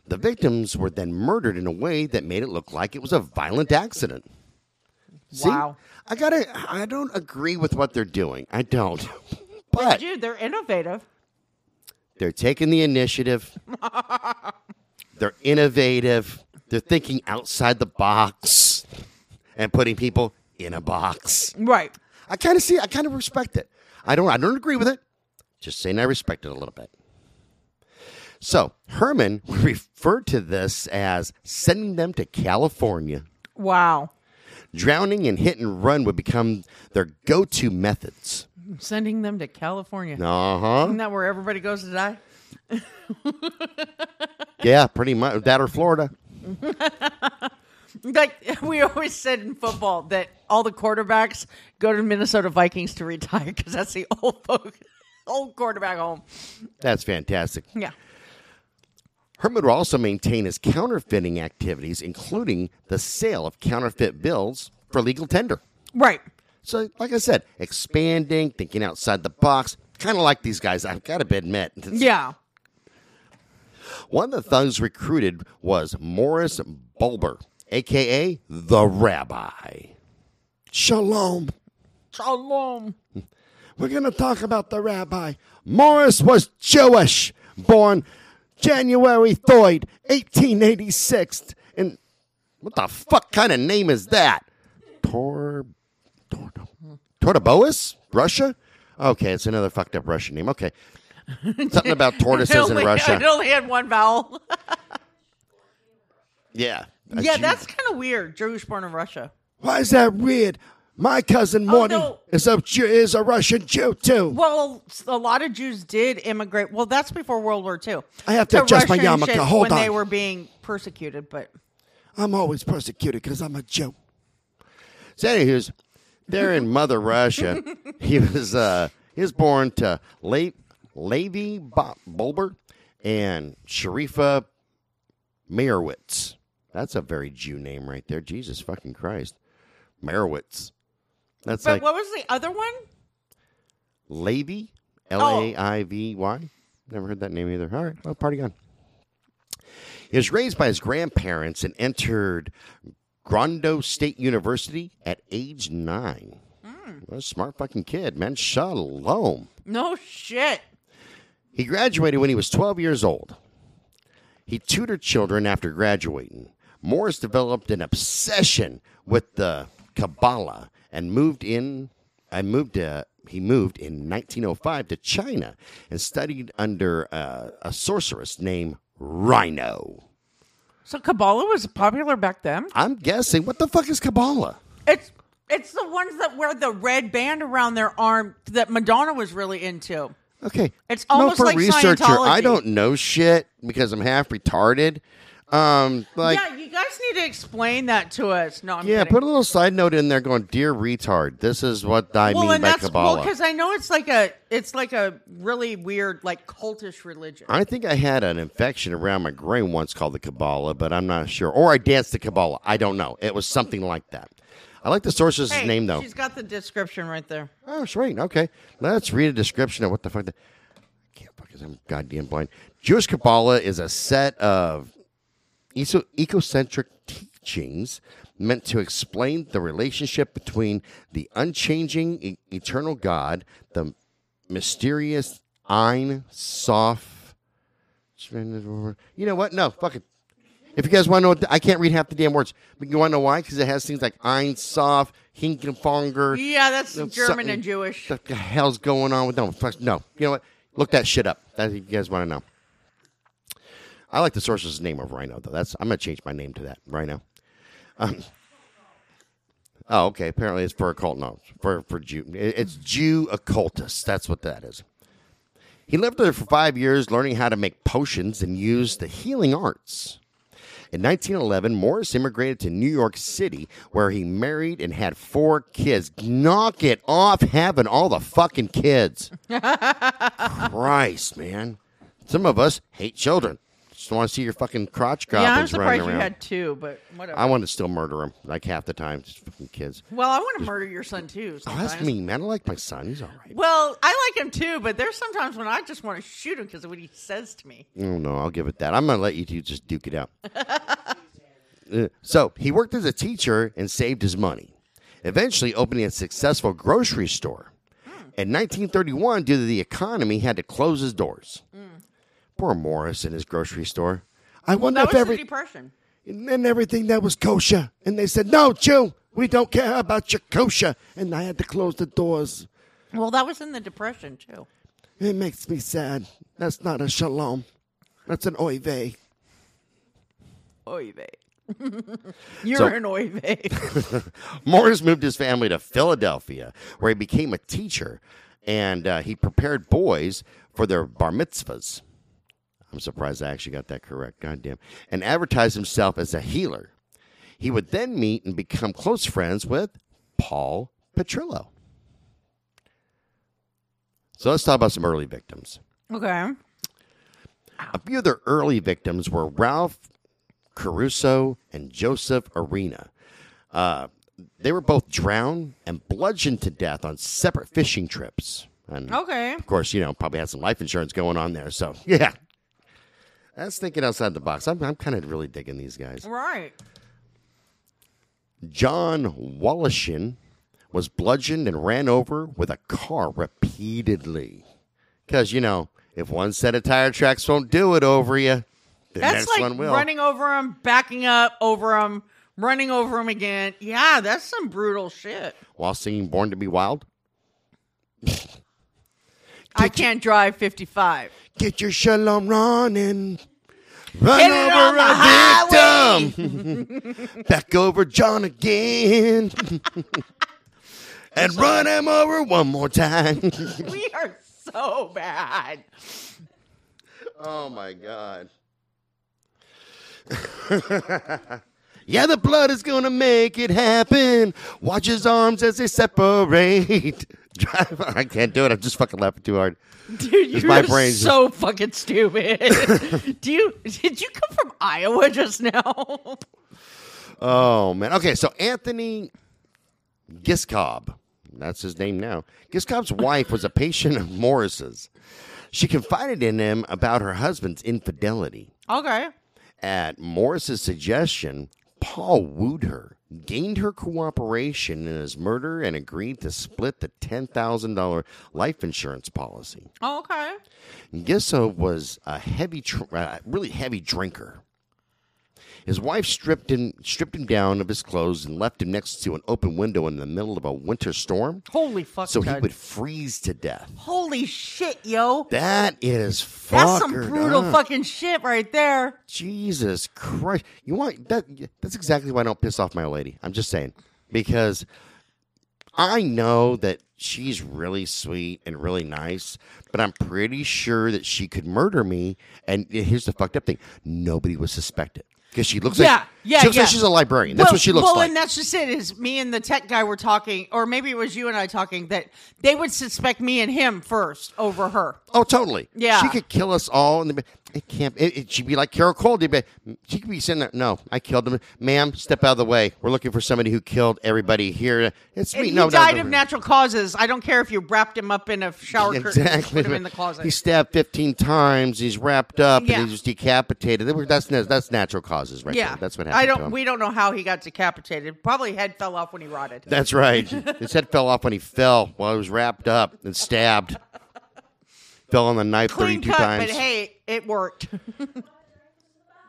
S1: The victims were then murdered in a way that made it look like it was a violent accident. See?
S2: Wow.
S1: I gotta I don't agree with what they're doing. I don't. But
S2: Dude, they're innovative.
S1: they're taking the initiative. they're innovative. They're thinking outside the box and putting people in a box.
S2: Right.
S1: I kind of see. I kind of respect it. I don't. I don't agree with it. Just saying, I respect it a little bit. So Herman <laughs> referred to this as sending them to California.
S2: Wow.
S1: Drowning and hit and run would become their go-to methods.
S2: Sending them to California.
S1: Uh huh.
S2: Isn't that where everybody goes to die?
S1: Yeah, pretty much that or Florida.
S2: Like <laughs> we always said in football that all the quarterbacks go to Minnesota Vikings to retire because that's the old folk, <laughs> old quarterback home.
S1: That's fantastic.
S2: Yeah.
S1: Herman would also maintain his counterfeiting activities, including the sale of counterfeit bills for legal tender.
S2: Right.
S1: So, like I said, expanding, thinking outside the box, kind of like these guys. I've got to admit.
S2: Yeah.
S1: One of the thugs recruited was Morris Bulber, aka the Rabbi. Shalom.
S2: Shalom.
S1: We're going to talk about the Rabbi. Morris was Jewish, born January 3rd, 1886. And what the fuck kind of name is that? Tor. Tor. Tortoboas? Russia? Okay, it's another fucked up Russian name. Okay. Something
S2: <laughs>
S1: about tortoises in
S2: only, It
S1: Russia.
S2: only had one vowel.
S1: Yeah. A
S2: yeah,
S1: Jew.
S2: that's kind of weird. Jewish born in Russia.
S1: Why is that weird? My cousin Morty
S2: Oh, no.
S1: is a Jew, is a Russian Jew too.
S2: Well, a lot of Jews did immigrate. Well, that's before World War II.
S1: I have to adjust my
S2: Russian
S1: yarmulke.
S2: shit
S1: Hold
S2: when
S1: on.
S2: they were being persecuted, but
S1: I'm always persecuted because I'm a Jew. So, anyways, there in Mother Russia, he was uh, he was born to Le- Levy Bo- Bulber and Sharifa Meyerowitz. That's a very Jew name right there. Jesus fucking Christ, Meyerowitz. That's
S2: but
S1: like
S2: what was the other one?
S1: Levy, L A I V Y. Never heard that name either. All right, well, party on. He was raised by his grandparents and entered Grondo State University at age nine. What a smart fucking kid, man. Shalom.
S2: No shit.
S1: He graduated when he was 12 years old. He tutored children after graduating. Morris developed an obsession with the Kabbalah and moved in. I moved to. He moved in 1905 to China and studied under uh, a sorceress named Rhino.
S2: So Kabbalah was popular back then.
S1: I'm guessing. What the fuck is Kabbalah?
S2: It's it's the ones that wear the red band around their arm that Madonna was really into.
S1: Okay,
S2: It's
S1: No,
S2: almost
S1: for
S2: like
S1: researcher. I
S2: Scientology.
S1: don't know shit because I'm half retarded. Um, like
S2: yeah, you guys need to explain that to us. No, I'm
S1: Yeah,
S2: kidding.
S1: put a little side note in there going, "Dear retard, this is what I
S2: well,
S1: mean
S2: and
S1: by
S2: that's well
S1: Kabbalah."
S2: because I know it's like a it's like a really weird like cultish religion.
S1: I think I had an infection around my brain once called the Kabbalah, but I'm not sure. Or I danced the Kabbalah. I don't know. It was something like that. I like the sorceress's
S2: Hey,
S1: name though.
S2: She's got the description right there.
S1: Oh, sweet. Okay, let's read a description of what the fuck. The- I can't because I'm goddamn blind. Jewish Kabbalah is a set of eso- ecocentric te- teachings meant to explain the relationship between the unchanging e- eternal God, the mysterious Ein Sof. You know what? No, fuck it. If you guys want to know, what the, I can't read half the damn words. But you want to know why? Because it has things like Ein Sof, Hinkenfonger.
S2: Yeah, that's
S1: That's
S2: German
S1: something-
S2: and Jewish.
S1: What the hell's going on with no? fuck- No, you know what? Look that shit up. That you guys want to know. I like the source's name of Rhino though. That's I'm gonna change my name to that Rhino. Um, oh, okay. Apparently it's for occult. No, for for Jew. it- It's Jew occultist. That's what that is. He lived there for five years, learning how to make potions and use the healing arts. In 1911, Morris immigrated to New York City, where he married and had four kids. Knock it off having all the fucking
S2: <laughs>
S1: kids. Christ, man. Some of us hate children. Just want to see your fucking crotch
S2: Yeah, I'm
S1: goblins running
S2: surprised you
S1: around.
S2: had two, but whatever.
S1: I want to still murder them, like half the time. Just fucking kids.
S2: well, I want to murder your son too.
S1: Oh, that's
S2: sometimes.
S1: mean, man. I like my son. He's all right.
S2: Well, I like him too, but there's sometimes when I just want to shoot him because of what he says to me.
S1: Oh, no, I'll give it that. I'm going to let you two just duke it out. Uh, so he worked as a teacher and saved his money, eventually opening a successful grocery store. In 1931, due to the economy, he had to close his doors. Poor Morris and his grocery store. I wonder
S2: That
S1: if
S2: was
S1: every
S2: the depression.
S1: and everything that was kosher, and they said, "No, Jew, we don't care about your kosher," and I had to close the doors.
S2: Well, that was in the depression too.
S1: It makes me sad. That's not a shalom. That's an oy vey.
S2: Oy vey. <laughs> You're
S1: So-
S2: an oy vey.
S1: <laughs> Morris moved his family to Philadelphia, where he became a teacher, and uh, he prepared boys for their bar mitzvahs. I'm surprised I actually got that correct. Goddamn. And advertised himself as a healer. He would then meet and become close friends with Paul Petrillo. So let's talk about some early victims.
S2: okay.
S1: A few of their early victims were Ralph Caruso and Joseph Arena. Uh, they were both drowned and bludgeoned to death on separate fishing trips. And
S2: Okay.
S1: of course, you know, probably had some life insurance going on there. So, <laughs> yeah. That's thinking outside the box. I'm, I'm kind of really digging these guys.
S2: Right.
S1: John Wallishin was bludgeoned and ran over with a car repeatedly. Because, you know, if one set of tire tracks won't do it over you, the
S2: That's
S1: next
S2: like
S1: one will.
S2: running over him, backing up over him, running over him again. Yeah, that's some brutal shit.
S1: While singing Born to Be Wild,
S2: I can't drive 55.
S1: get your shalom running. Run
S2: Hit it on
S1: over
S2: the
S1: a victim. <laughs> Back over John again. <laughs> and run him over one more time. <laughs>
S2: we are so bad.
S1: Oh my god. <laughs> yeah, the blood is gonna make it happen. Watch his arms as they separate. <laughs> Drive. I can't do it. I'm just fucking laughing too hard.
S2: Dude, you're
S1: my brain's
S2: so
S1: <laughs>
S2: fucking stupid. Do you did you come from Iowa just now? <laughs>
S1: Oh man. Okay, so Anthony Giscob, that's his name now. Giscob's wife was a patient of Morris's. She confided in him about her husband's infidelity.
S2: okay.
S1: At Morris's suggestion, Paul wooed her, gained her cooperation in his murder, and agreed to split the $10,000 life insurance policy.
S2: Oh, okay.
S1: Gisso was a heavy, tr- uh, really heavy drinker. His wife stripped him, stripped him down of his clothes and left him next to an open window in the middle of a winter storm
S2: Holy fuck.
S1: so he
S2: Ted.
S1: would freeze to death.
S2: Holy shit, yo.
S1: That is
S2: That's some
S1: fuckered
S2: brutal
S1: up.
S2: fucking shit right there.
S1: Jesus Christ! You want that? That's exactly why I don't piss off my lady. I'm just saying because I know that she's really sweet and really nice, but I'm pretty sure that she could murder me. And here's the fucked up thing: nobody would suspect it because she looks
S2: Yeah,
S1: like
S2: yeah,
S1: she looks
S2: yeah.
S1: like she's a librarian. That's
S2: well,
S1: what she looks
S2: well,
S1: like.
S2: and that's just it. Is me and the tech guy were talking, or maybe it was you and I talking that they would suspect me and him first over her.
S1: Oh, totally.
S2: Yeah.
S1: she could kill us all, and it can't. It, it, she'd be like Carol Cole. Did, but she could be sitting there. No, I killed him, ma'am. Step out of the way. We're looking for somebody who killed everybody here. It's
S2: And
S1: me.
S2: he
S1: no, no,
S2: died
S1: no,
S2: of
S1: no. <laughs>
S2: natural causes. I don't care if you wrapped him up in a shower curtain, and
S1: Exactly.
S2: put him in the closet.
S1: He stabbed fifteen times. He's wrapped up
S2: Yeah.
S1: and he's decapitated. That's that's natural causes, right?
S2: Yeah.
S1: there. That's what happened
S2: I
S1: to
S2: don't.
S1: him.
S2: We don't know how he got decapitated. Probably head fell off when he rotted.
S1: That's
S2: <laughs>
S1: right. His head fell off when he fell while he was wrapped up and stabbed. fell on the knife
S2: Clean
S1: 32
S2: cut,
S1: times.
S2: but hey, it worked. <laughs>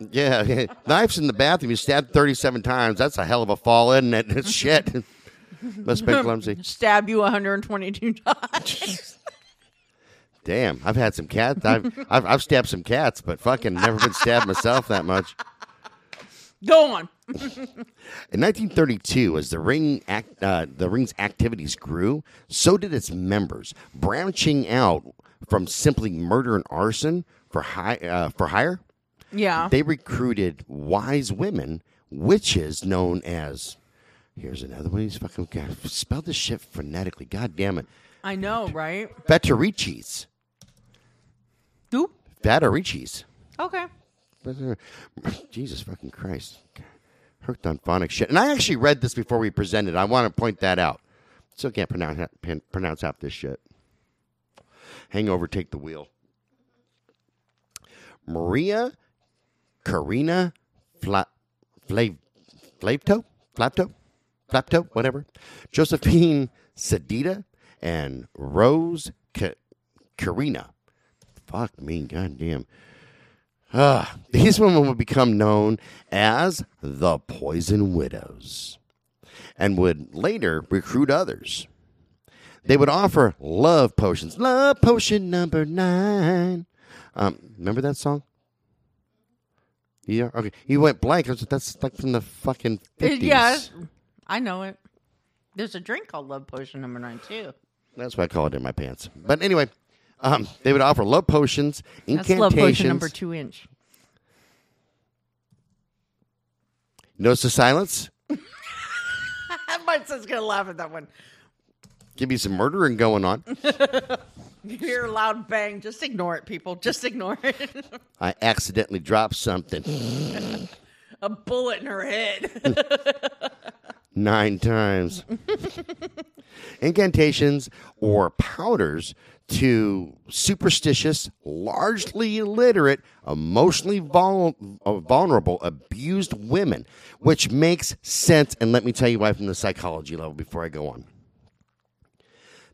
S1: Yeah, <laughs> knife's in the bathroom. You stabbed 37 times. That's a hell of a fall, isn't it? <laughs> It's shit. Must be clumsy.
S2: Stab you 122 <laughs> times.
S1: Damn, I've had some cats. I've, I've I've stabbed some cats, but fucking never been stabbed myself that much.
S2: Go on.
S1: In 1932, as the ring act, uh, the ring's activities grew, so did its members, branching out from simply murder and arson for high uh, for hire.
S2: Yeah.
S1: They recruited wise women, witches known as. Here's another one. He's fucking God, spell this shit phonetically. God damn it,
S2: I know, right?
S1: Fettericis.
S2: Doop.
S1: Fettericis.
S2: Okay.
S1: <laughs> Jesus fucking Christ. Hooked on phonics shit. And I actually read this before we presented. I want to point that out. Still can't pronounce ha- pan- pronounce half this shit. Hangover, take the wheel. Maria Karina Fla- Fla- Flavto? Flapto? Flapto? Whatever. Josephine Sedita and Rose Ka- Karina. Fuck me, goddamn. Ah, these women would become known as the Poison Widows and would later recruit others. They would offer love potions. Love potion number nine. Um, remember that song? Yeah, okay. He went blank. I was- That's like from the fucking
S2: Uh,
S1: 50s.
S2: Yes. I know it. There's a drink called Love Potion Number Nine too.
S1: That's why I call it in my pants. But anyway, um, they would offer love potions,
S2: That's
S1: incantations.
S2: Love Potion Number Two Inch.
S1: Notice the silence?
S2: <laughs> My son's gonna laugh at that one.
S1: Give me some murdering going on.
S2: You hear a loud bang. Just ignore it, people. Just ignore it. <laughs>
S1: I accidentally dropped something.
S2: a bullet in her head.
S1: nine times. Incantations or powders to superstitious, largely illiterate, emotionally vul- uh, vulnerable, abused women, which makes sense. And let me tell you why from the psychology level before I go on.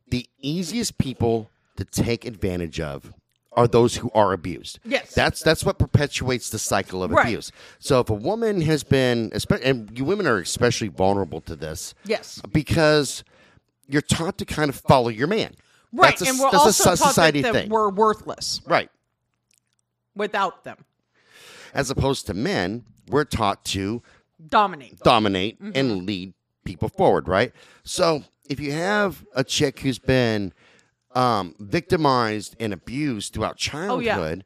S1: The easiest people to take advantage of are those who are abused.
S2: Yes.
S1: That's that's what perpetuates the cycle of
S2: Right.
S1: abuse. So if a woman has been, espe- and you women are especially vulnerable to this,
S2: Yes.
S1: because you're taught to kind of follow your man,
S2: right.
S1: That's a,
S2: and we're
S1: that's
S2: also
S1: a so-
S2: taught that-
S1: society
S2: that
S1: thing,
S2: we're worthless
S1: right?
S2: without them.
S1: As opposed to men, we're taught to
S2: Dominate.
S1: dominate
S2: Mm-hmm.
S1: and lead people forward, right? So if you have a chick who's been um, victimized and abused throughout
S2: Oh, yeah.
S1: childhood,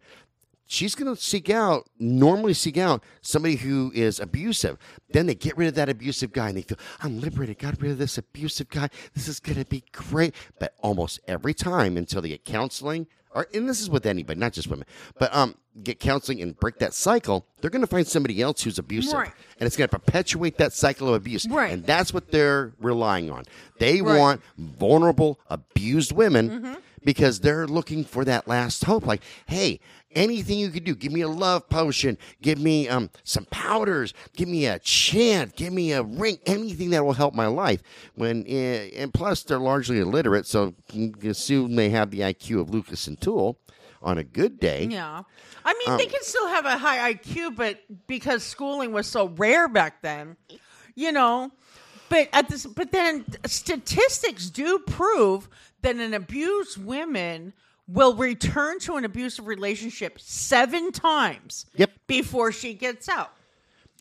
S1: she's going to seek out, normally seek out somebody who is abusive. Then they get rid of that abusive guy and they feel, I'm liberated, got rid of this abusive guy. This is going to be great. But almost every time until they get counseling, or, and this is with anybody, not just women, but um, get counseling and break that cycle, they're going to find somebody else who's abusive
S2: Right.
S1: and it's going to perpetuate that cycle of abuse.
S2: Right.
S1: And that's what they're relying on. They
S2: Right. Mm-hmm.
S1: want vulnerable, abused women because they're looking for that last hope. Like, hey, anything you can do, give me a love potion, give me um, some powders, give me a chant, give me a ring, anything that will help my life. When uh, and plus they're largely illiterate, so you can assume they have the IQ of Lucas and Tool on a good day.
S2: Yeah. I mean,
S1: Um,
S2: they can still have a high IQ, but because schooling was so rare back then, you know. But at this, but then statistics do prove that an abused woman will return to an abusive relationship seven times
S1: Yep.
S2: before she gets out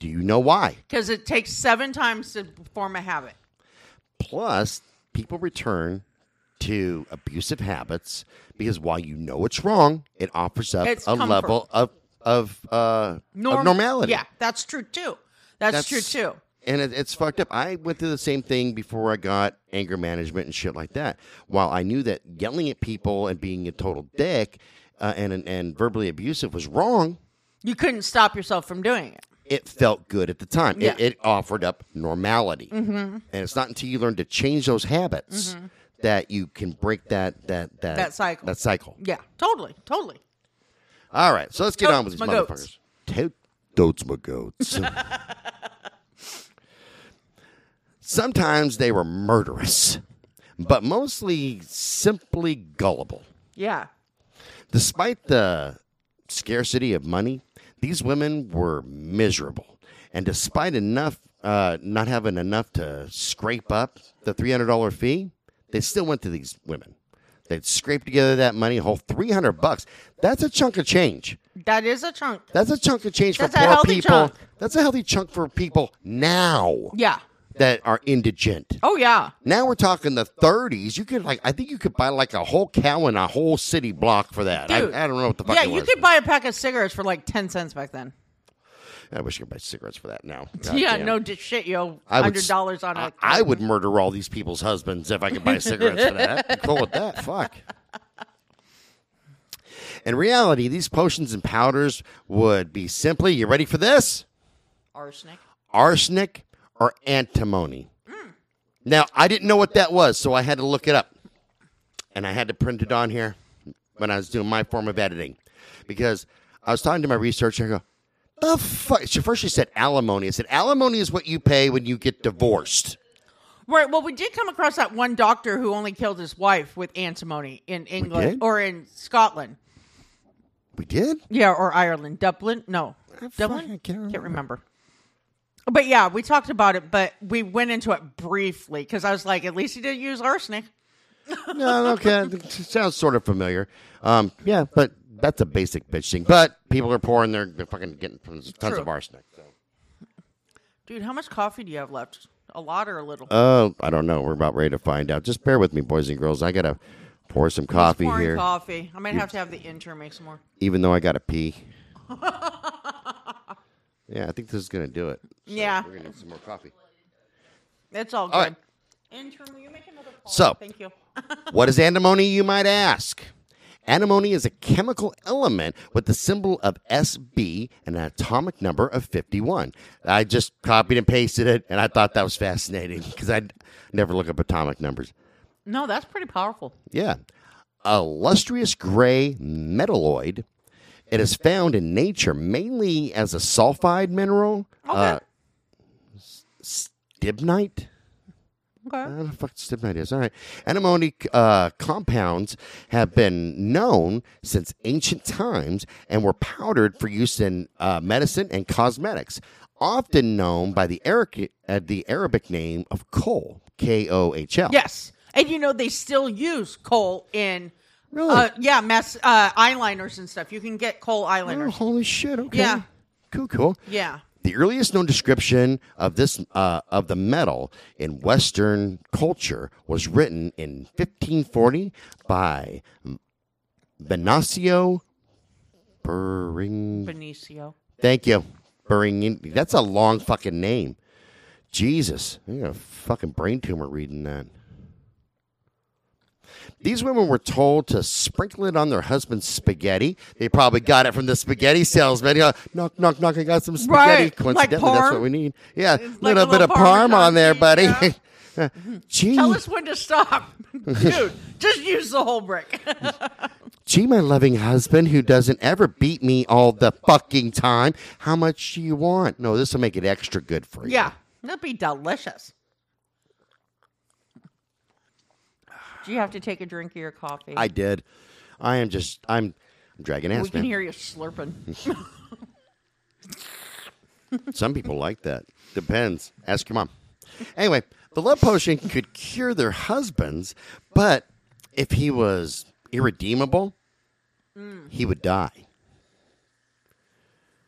S1: Do you know why?
S2: because it takes seven times to form a habit.
S1: Plus, people return to abusive habits because while you know it's wrong, it offers up
S2: It's
S1: a
S2: comfort.
S1: level of of uh
S2: Norm-
S1: of normality.
S2: Yeah, that's true too. That's, true too.
S1: And it, it's fucked up. I went through the same thing before I got anger management and shit like that. While I knew that yelling at people and being a total dick uh, and, and and verbally abusive was wrong,
S2: You couldn't stop yourself from doing it.
S1: it felt good at the time.
S2: Yeah. Mm-hmm.
S1: It, it offered up normality, and it's not until you learn to change those habits that you can break that that that
S2: That cycle.
S1: That cycle.
S2: Yeah, totally, totally.
S1: All right, so let's get on with
S2: Totes
S1: these
S2: my goats. <laughs>
S1: motherfuckers. Totes, totes my goats. Sometimes they were murderous, but mostly simply gullible.
S2: Yeah.
S1: Despite the scarcity of money, these women were miserable, and despite enough uh, not having enough to scrape up the three hundred dollar fee, they still went to these women. They'd scrape together that money, a whole three hundred bucks. That's a chunk of change.
S2: That is a chunk.
S1: That's a chunk of change
S2: That's
S1: for
S2: a
S1: poor
S2: healthy
S1: people.
S2: chunk.
S1: That's a healthy chunk for people now
S2: Yeah.
S1: that are indigent.
S2: Oh yeah.
S1: Now we're talking the 30s. You could like, I think you could buy like a whole cow and a whole city block for that.
S2: Dude.
S1: I, I don't know what the fuck.
S2: Yeah,
S1: it
S2: you
S1: was.
S2: could buy a pack of cigarettes for like ten cents back then.
S1: I wish you could buy cigarettes for that now.
S2: <laughs> yeah,
S1: Goddamn.
S2: no d- shit, yo.
S1: I would
S2: Hundred
S1: s-
S2: dollars on
S1: I
S2: a.
S1: I would murder all these people's husbands if I
S2: <laughs>
S1: could buy cigarettes for that. I'm cool with that. Fuck. In reality, these potions and powders would be simply, you ready for this?
S2: arsenic.
S1: Arsenic or antimony. Now, I didn't know what that was, so I had to look it up. And I had to print it on here when I was doing my form of editing because I was talking to my researcher. I go, the fuck? So first, she said alimony. I said, alimony is what you pay when you get divorced.
S2: Right. Well, we did come across that one doctor who only killed his wife with antimony in England
S1: did?
S2: or in Scotland.
S1: We did?
S2: Yeah, or Ireland, Dublin. No, Dublin.
S1: fucking can't
S2: Can't
S1: remember.
S2: remember. But yeah, we talked about it, but we went into it briefly because I was like, at least he didn't use arsenic.
S1: no, okay. It sounds sort of familiar. Um, yeah, but that's a basic bitch thing. But people are poor and they're, they're fucking getting tons, tons
S2: True.
S1: of arsenic. So.
S2: Dude, how much coffee do you have left? A lot or a little?
S1: Oh, I don't know. We're about ready to find out. Just bear with me, boys and girls. I gotta pour some coffee
S2: Pouring
S1: here,
S2: coffee. I might have to have the intern make some more.
S1: even though I gotta pee. yeah, I think this is gonna do it. So
S2: Yeah.
S1: we're gonna have some more coffee.
S2: It's all good.
S1: All right.
S2: Intern, will you make another call?
S1: So-
S2: thank you.
S1: What is antimony, you might ask? Antimony is a chemical element with the symbol of SB and an atomic number of 51. I just copied and pasted it, and I thought that was fascinating because I never look up atomic numbers.
S2: <laughs> no, that's pretty powerful.
S1: Yeah. A lustrous gray metalloid. It is found in nature mainly as a sulfide mineral.
S2: Okay.
S1: Uh, stibnite? I don't
S2: okay.
S1: know what Ah, the fuck stibnite is. All right. Antimony uh, compounds have been known since ancient times and were powdered for use in uh, medicine and cosmetics, often known by the, Eric, uh, the Arabic name of coal, K O H L.
S2: Yes. And you know, they still use coal in.
S1: Really?
S2: Uh, yeah, mass uh, eyeliners and stuff. You can get coal
S1: Oh,
S2: eyeliners.
S1: holy shit. Okay.
S2: Yeah.
S1: Cool, cool.
S2: Yeah.
S1: The earliest known description of this uh, of the metal in Western culture was written in 1540 by Venancio Bering.
S2: Benicio.
S1: Thank you, Bering. That's a long fucking name. Jesus, I got a fucking brain tumor reading that. These women were told to sprinkle it on their husband's spaghetti. They probably got it from the spaghetti salesman. You know, knock, knock, knock. I got some spaghetti.
S2: Right, like
S1: Coincidentally, that's what
S2: parm.
S1: we need. Yeah,
S2: like
S1: little
S2: a
S1: bit
S2: little
S1: of parm
S2: Parmesan
S1: on there,
S2: cheese,
S1: buddy. <laughs>
S2: yeah. Mm-hmm.
S1: Gee,
S2: Tell us when
S1: <laughs>
S2: to stop. Dude, just use the whole brick.
S1: gee, my loving husband who doesn't ever beat me all the fucking time. How much do you want? No, this will make it extra good for you.
S2: yeah. That'd be delicious. Do you have to take a drink of your coffee?
S1: I did. I am just. I'm. I'm dragging ass,
S2: we can
S1: man.
S2: hear you slurping.
S1: Some people like that. Depends. Ask your mom. Anyway, the love potion could cure their husbands, but if he was irredeemable,
S2: Mm.
S1: he would die.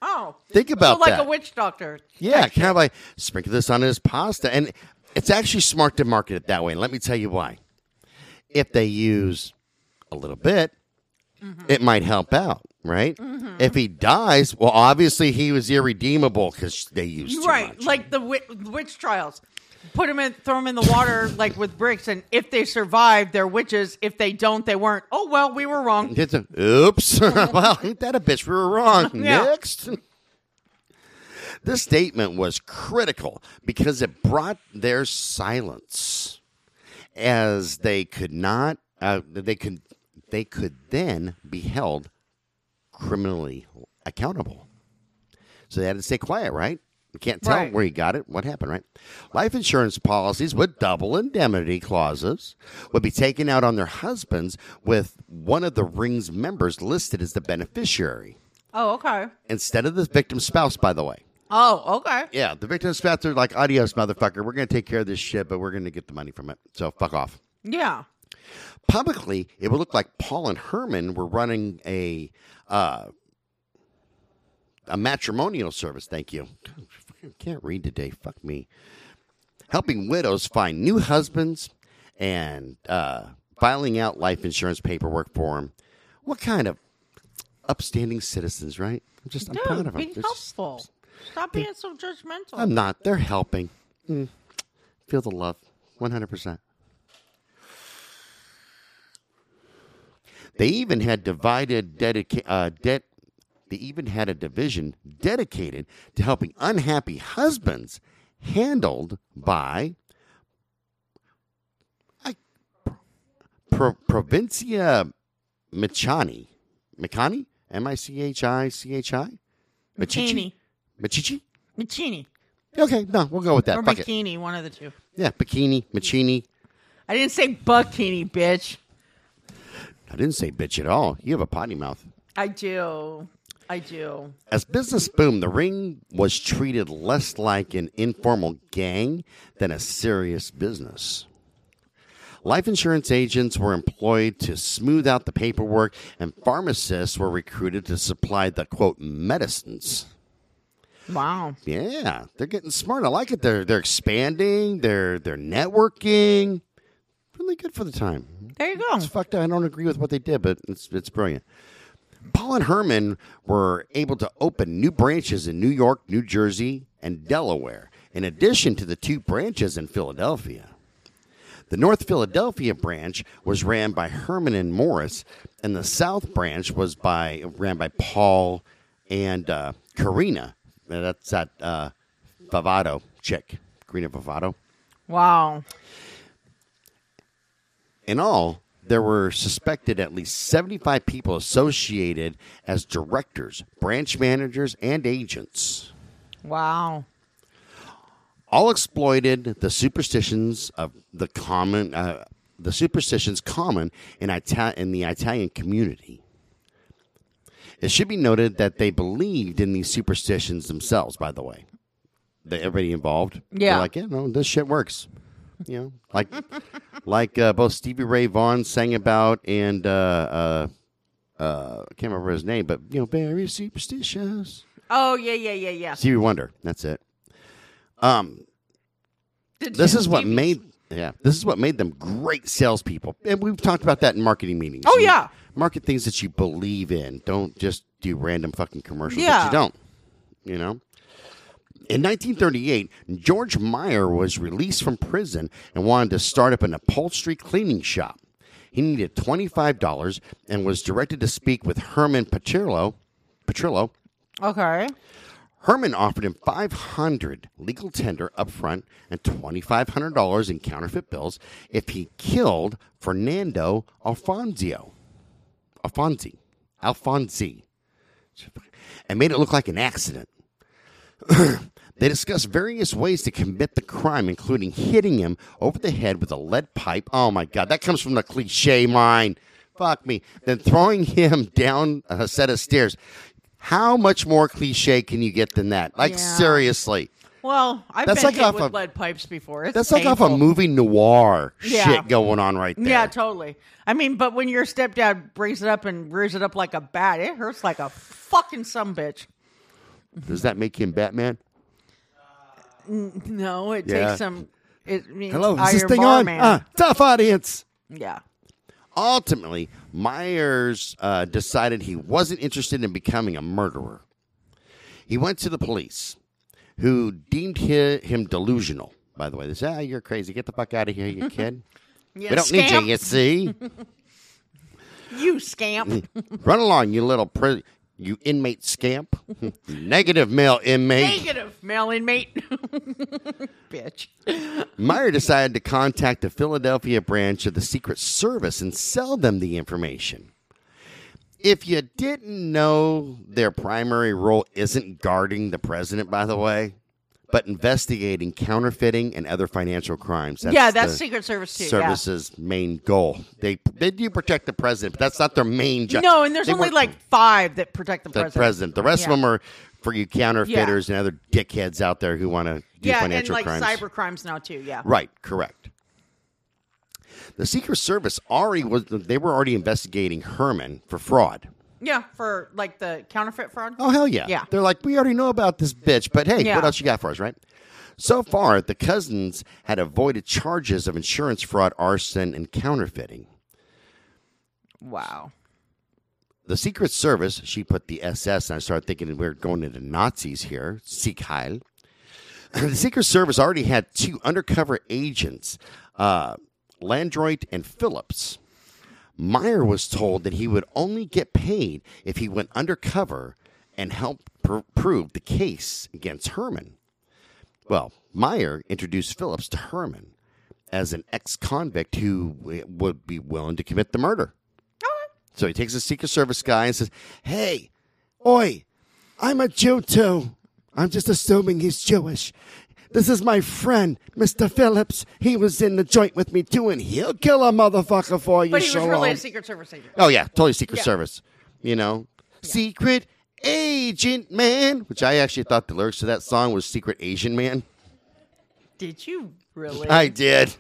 S2: Oh.
S1: <laughs> Think about
S2: so like
S1: that.
S2: a witch doctor.
S1: Yeah, kind of like sprinkle this on his pasta. And it's actually smart to market it that way. And let me tell you why. If they use a little bit,
S2: Mm-hmm.
S1: it might help out, right? If he dies, well, obviously he was irredeemable because they used too
S2: right.
S1: much.
S2: Like the witch, witch trials. Put them in, throw them in the water <laughs> like with bricks, and if they survive, they're witches. If they don't, they weren't. Oh well, we were wrong.
S1: It's a- oops. <laughs> well, ain't that a bitch? We were wrong.
S2: <laughs> Yeah.
S1: Next. <laughs> This statement was critical because it brought their silence, as they could not, uh, they could, they could then be held criminally accountable. So they had to stay quiet, right? We can't tell
S2: Right.
S1: where he got it, what happened, right? Life insurance policies with double indemnity clauses would be taken out on their husbands with one of the ring's members listed as the beneficiary
S2: Oh, okay.
S1: instead of the victim's spouse, by the way.
S2: Oh, okay.
S1: Yeah, the victim's spouse are like, adios, motherfucker. We're going to take care of this shit, but we're going to get the money from it. So fuck off.
S2: Yeah.
S1: Publicly, it would look like Paul and Herman were running a uh, a matrimonial service. Thank you. God, I can't read today. Fuck me. Helping widows find new husbands and uh, filing out life insurance paperwork for them. What kind of upstanding citizens, right? I'm just, I'm proud
S2: Dude,
S1: of them.
S2: be helpful. Stop being so judgmental.
S1: I'm not. They're helping. Mm. Feel the love. 100%. They even had divided dedica- uh, debt. They even had a division dedicated to helping unhappy husbands handled by I, Pro, Provincia Michani. Michani? M I C H I C H I?
S2: Bikini.
S1: Machichi?
S2: Bikini.
S1: Okay, no, we'll go with that.
S2: Or
S1: Fuck it.
S2: bikini, one of the two.
S1: Yeah, bikini, machini.
S2: I didn't say bikini, bitch.
S1: I didn't say bitch at all. You have a potty mouth.
S2: I do. I do.
S1: As business boomed, the ring was treated less like an informal gang than a serious business. Life insurance agents were employed to smooth out the paperwork, and pharmacists were recruited to supply the quote medicines.
S2: Wow.
S1: Yeah, they're getting smart. I like it. They're they're expanding. They're they're networking. Really good for the time.
S2: There you go.
S1: It's fucked up. I don't agree with what they did, but it's it's brilliant. Paul and Herman were able to open new branches in New York, New Jersey, and Delaware, in addition to the two branches in Philadelphia. The North Philadelphia branch was ran by Herman and Morris, and the South branch was by ran by Paul and uh, Karina. Uh, That's that uh, Vavado chick, Karina Vavado.
S2: Wow.
S1: In all, there were suspected at least 75 people associated as directors, branch managers, and agents.
S2: Wow.
S1: All exploited the superstitions of the common, uh, the superstitions common in, Ita- in the Italian community. It should be noted that they believed in these superstitions themselves. By the way, they, everybody involved, they're
S2: Yeah.
S1: like yeah, no, this shit works. You know, like <laughs> like uh, both Stevie Ray Vaughan sang about and uh, uh, uh, I can't remember his name, but you know, very superstitious.
S2: Oh, yeah, yeah, yeah, yeah.
S1: Stevie Wonder, that's it.
S2: Did
S1: This
S2: you-
S1: is what
S2: Stevie-
S1: made yeah. This is what made them great salespeople, and we've talked about that in marketing meetings.
S2: Oh,
S1: You
S2: yeah.
S1: market things that you believe in. Don't just do random fucking commercials that
S2: Yeah.
S1: you don't. You know. In 1938, George Meyer was released from prison and wanted to start up an upholstery cleaning shop. He needed $25 and was directed to speak with Herman Petrillo, Petrillo,
S2: Okay.
S1: Herman offered him 500 legal tender up front and $2,500 in counterfeit bills if he killed Fernando Alfonso. Alfonsi. Alfonsi. And made it look like an accident. <clears throat> they discussed various ways to commit the crime, including hitting him over the head with a lead pipe. Oh my God, that comes from the cliche mine. Fuck me. Then throwing him <laughs> down a set of stairs. How much more cliche can you get than that? Like,
S2: Yeah.
S1: seriously.
S2: Well, I've
S1: That's
S2: been
S1: like
S2: hit
S1: off
S2: with
S1: of-
S2: lead pipes before. It's
S1: That's like off a
S2: painful.
S1: movie noir
S2: Yeah.
S1: shit going on right there.
S2: Yeah, totally. I mean, but when your stepdad brings it up and rears it up like a bat, it hurts like a fucking some bitch.
S1: Does that make him Batman?
S2: No, it
S1: Yeah.
S2: takes some. It means
S1: Hello, is
S2: iron
S1: this thing
S2: bar
S1: on?
S2: man.
S1: Ah, tough audience.
S2: Yeah.
S1: Ultimately, Myers uh, decided he wasn't interested in becoming a murderer. He went to the police, who deemed hi- him delusional. By the way, they said, ah, you're crazy. Get the fuck out of here,
S2: <laughs>
S1: you kid.
S2: yeah.
S1: we don't need you,
S2: scamp.
S1: you see.
S2: You scamp.
S1: Run along, you little pri- you inmate scamp. <laughs> Negative male inmate.
S2: Negative, male inmate. <laughs> Bitch.
S1: Meyer decided to contact the Philadelphia branch of the Secret Service and sell them the information. If you didn't know, their primary role isn't guarding the president, by the way. but investigating counterfeiting and other financial crimes.
S2: yeah, that's
S1: the
S2: Secret Service too. yeah.
S1: Service's main goal. They they do protect the president, but that's not their main job.
S2: No, and there's
S1: They
S2: only
S1: work-
S2: like five that protect the,
S1: the
S2: president.
S1: president. The rest
S2: Yeah.
S1: of them are for you counterfeiters and other dickheads out there who want to do
S2: Yeah, and
S1: financial
S2: like
S1: crimes.
S2: cyber crimes now too. Yeah.
S1: Right, correct. The Secret Service already was they were already investigating Herman for fraud.
S2: Yeah, for like the counterfeit fraud.
S1: Oh hell yeah.
S2: Yeah.
S1: They're like, we already know about this bitch, but hey,
S2: Yeah.
S1: what else you got for us, right? So far, the cousins had avoided charges of insurance fraud, arson, and counterfeiting.
S2: Wow.
S1: The Secret Service, she put the SS, and I started thinking we're going into Nazis here. Sieg Heil. <clears throat> The Secret Service already had two undercover agents, uh, Landroit and Phillips. Meyer was told that he would only get paid if he went undercover and helped pr- prove the case against Herman. Well, Meyer introduced Phillips to Herman as an ex convict who w- would be willing to commit the murder. So he takes a Secret Service guy and says, Hey, oi, I'm a Jew too. I'm just assuming he's Jewish. This is my friend, Mr. Phillips. He was in the joint with me too, and he'll kill a motherfucker for you.
S2: But he was
S1: so
S2: really
S1: on."
S2: a Secret Service agent.
S1: Oh yeah, totally Secret
S2: Yeah.
S1: Service. You know, Secret Agent Man, which I actually thought the lyrics to that song was Secret Asian Man.
S2: Did you really?
S1: I did.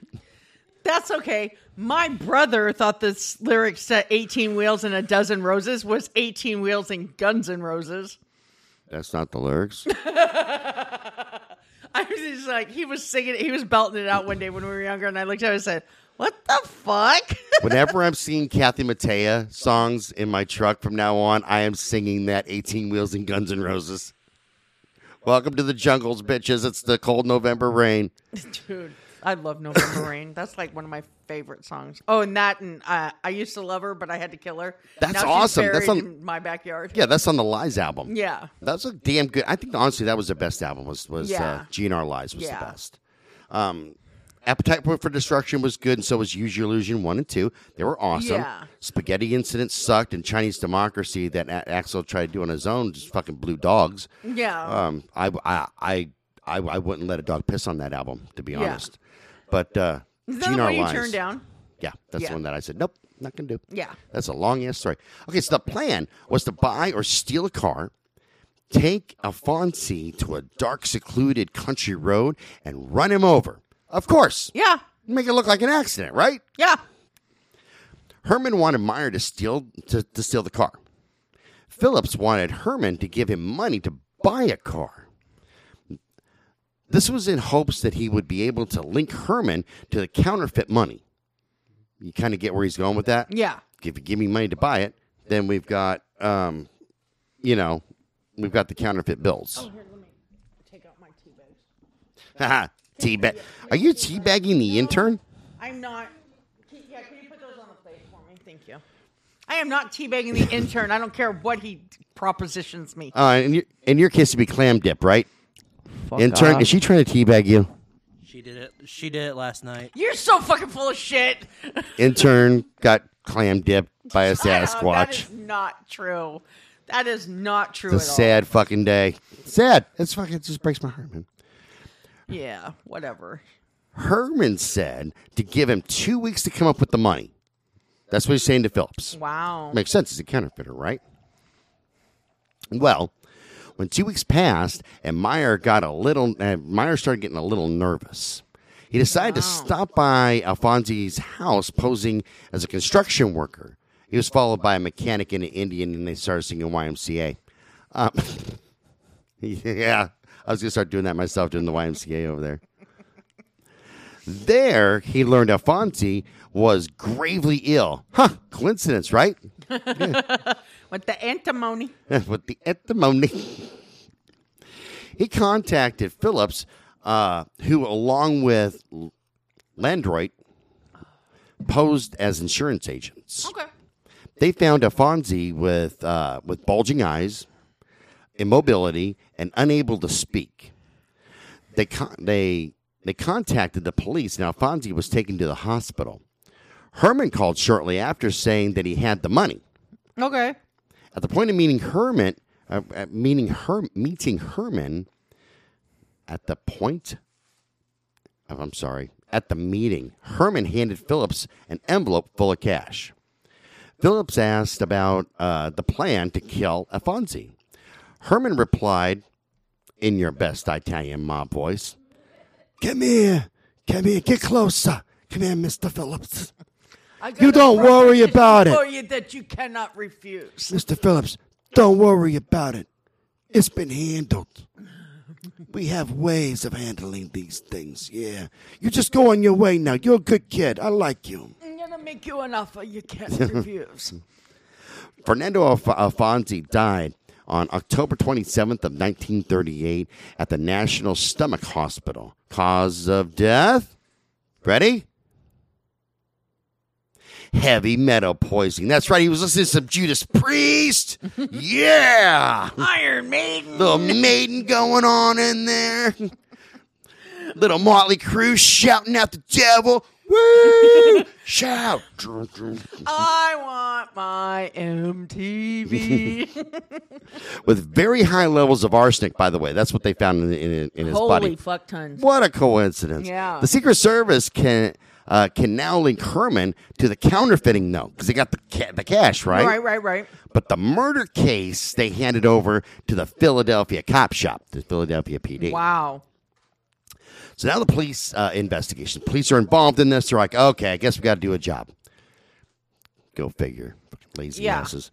S2: That's okay. My brother thought this lyric said 18 wheels and a dozen roses was 18 wheels and guns and roses.
S1: That's not the lyrics.
S2: I was just like, he was singing, he was belting it out one day when we were younger, and I looked at him and said, What the fuck? <laughs>
S1: Whenever I'm seeing Kathy Mattea songs in my truck from now on, I am singing that 18 Wheels and Guns and Roses. Welcome to the jungles, bitches. It's the cold November rain.
S2: Dude, I
S1: <coughs>
S2: love November Rain. That's like one of my favorite songs. Oh, and that, and uh, I used to love her, but I had to kill her.
S1: That's
S2: Now she's
S1: awesome. That's
S2: buried
S1: on-
S2: in my backyard.
S1: Yeah, that's on the Lies album.
S2: Yeah.
S1: That's a damn good. I think honestly, that was the best album. Was was uh,
S2: Yeah.
S1: GNR Lies was
S2: Yeah.
S1: the best. Um, Appetite for for Destruction was good, and so was Use Your Illusion one and two. They were awesome.
S2: Yeah.
S1: Spaghetti Incident sucked, and Chinese Democracy that A- Axel tried to do on his own just fucking blew dogs.
S2: Yeah.
S1: Um, I I I I, I wouldn't let a dog piss on that album to be
S2: Yeah.
S1: honest. But uh,
S2: Is that
S1: GNR
S2: the one you
S1: Lies-
S2: turned down?
S1: yeah, that's the
S2: Yeah.
S1: one that I said, nope, not going to do.
S2: Yeah.
S1: That's a long ass story. Okay, so the plan was to buy or steal a car, take Alfonsi to a dark, secluded country road, and run him over. Of course.
S2: Yeah.
S1: Make it look like an accident, right?
S2: Yeah.
S1: Herman wanted Meyer to steal to, to steal the car. Phillips wanted Herman to give him money to buy a car. This was in hopes that he would be able to link Herman to the counterfeit money. You kind of get where he's going with that?
S2: Yeah.
S1: If you give me money to buy it, then we've got um, you know, we've got the counterfeit bills.
S2: Take out my tea bags.
S1: Haha. teabag. Are you teabagging the intern?
S2: I'm not. can- Yeah, can you put those on the plate for me? Thank you. I am not teabagging the intern. I don't care what he propositions me.
S1: Uh, in your in your case it'd be clam dip, right? intern, is she trying to teabag you?
S3: She did it. She did it last night.
S2: You're so fucking full of shit. <laughs>
S1: intern got clam dipped by a
S2: Shut up. That is
S1: Sasquatch.
S2: not true. That is not true
S1: It's a
S2: at
S1: sad fucking day. Sad. It's fucking. It just breaks my heart, man.
S2: all. Yeah, whatever.
S1: Herman said to give him two weeks to come up with the money. That's what he's saying to Phillips.
S2: Wow.
S1: Makes sense. He's a counterfeiter, right? Well, when two weeks passed and Meyer got a little, uh, Meyer started getting a little nervous. He decided to stop by Alfonsi's house posing as a construction worker. He was followed by a mechanic and an Indian, and they started singing YMCA. Um, <laughs> yeah, I was going to start doing that myself, doing the YMCA over there. There, he learned Alfonsi was gravely ill. Huh, coincidence, right?
S2: With the antimony.
S1: <laughs> with the antimony. he contacted Phillips, uh, who, along with L- Landroit, posed as insurance agents.
S2: Okay.
S1: They found Afonzi with uh, with bulging eyes, immobility, and unable to speak. They con- they they contacted the police, and Alfonsi was taken to the hospital. Herman called shortly after, saying that he had the money.
S2: Okay.
S1: At the point of meeting Herman, uh, at meeting her, meeting Herman, At the point of- I'm sorry, at the meeting, Herman handed Phillips an envelope full of cash. Phillips asked about uh, the plan to kill Alfonsi. Herman replied, in your best Italian mob voice, Come here, come here, get closer. Come here, Mr. Phillips.
S2: I got
S1: You
S2: a
S1: don't worry
S2: proposition
S1: about it.
S2: For you that you cannot refuse.
S1: Mr. Phillips, don't worry about it. It's been handled. We have ways of handling these things, yeah. You just go on your way now. You're a good kid. I like you.
S2: I'm gonna make you an offer you
S1: <laughs>
S2: can't refuse.
S1: Fernando Alf- Alfonsi died on October 27th of 1938 at the National Stomach Hospital. Cause of death? Ready? Heavy metal poisoning. That's right. He was listening to some Judas
S2: <laughs>
S1: Priest. yeah.
S2: Iron Maiden.
S1: Little maiden going on in there. Little Motley Crue shouting out the devil.
S2: <laughs>
S1: Woo! Shout.
S2: I want my
S1: <laughs>
S2: MTV.
S1: with very high levels of arsenic. By the way, that's what they found in, in, in his
S2: Holy
S1: body.
S2: fuck tons.
S1: What a coincidence!
S2: Yeah.
S1: the Secret Service can uh, can now link Herman to the counterfeiting, though, because they got the ca- the cash right.
S2: Right, right, right.
S1: But the murder case they handed over to the Philadelphia cop shop, the Philadelphia PD.
S2: Wow.
S1: So now the police uh, investigation. Police are involved in this. They're like, okay, I guess we got to do a job. Go figure. Fucking Lazy
S2: Yeah.
S1: asses.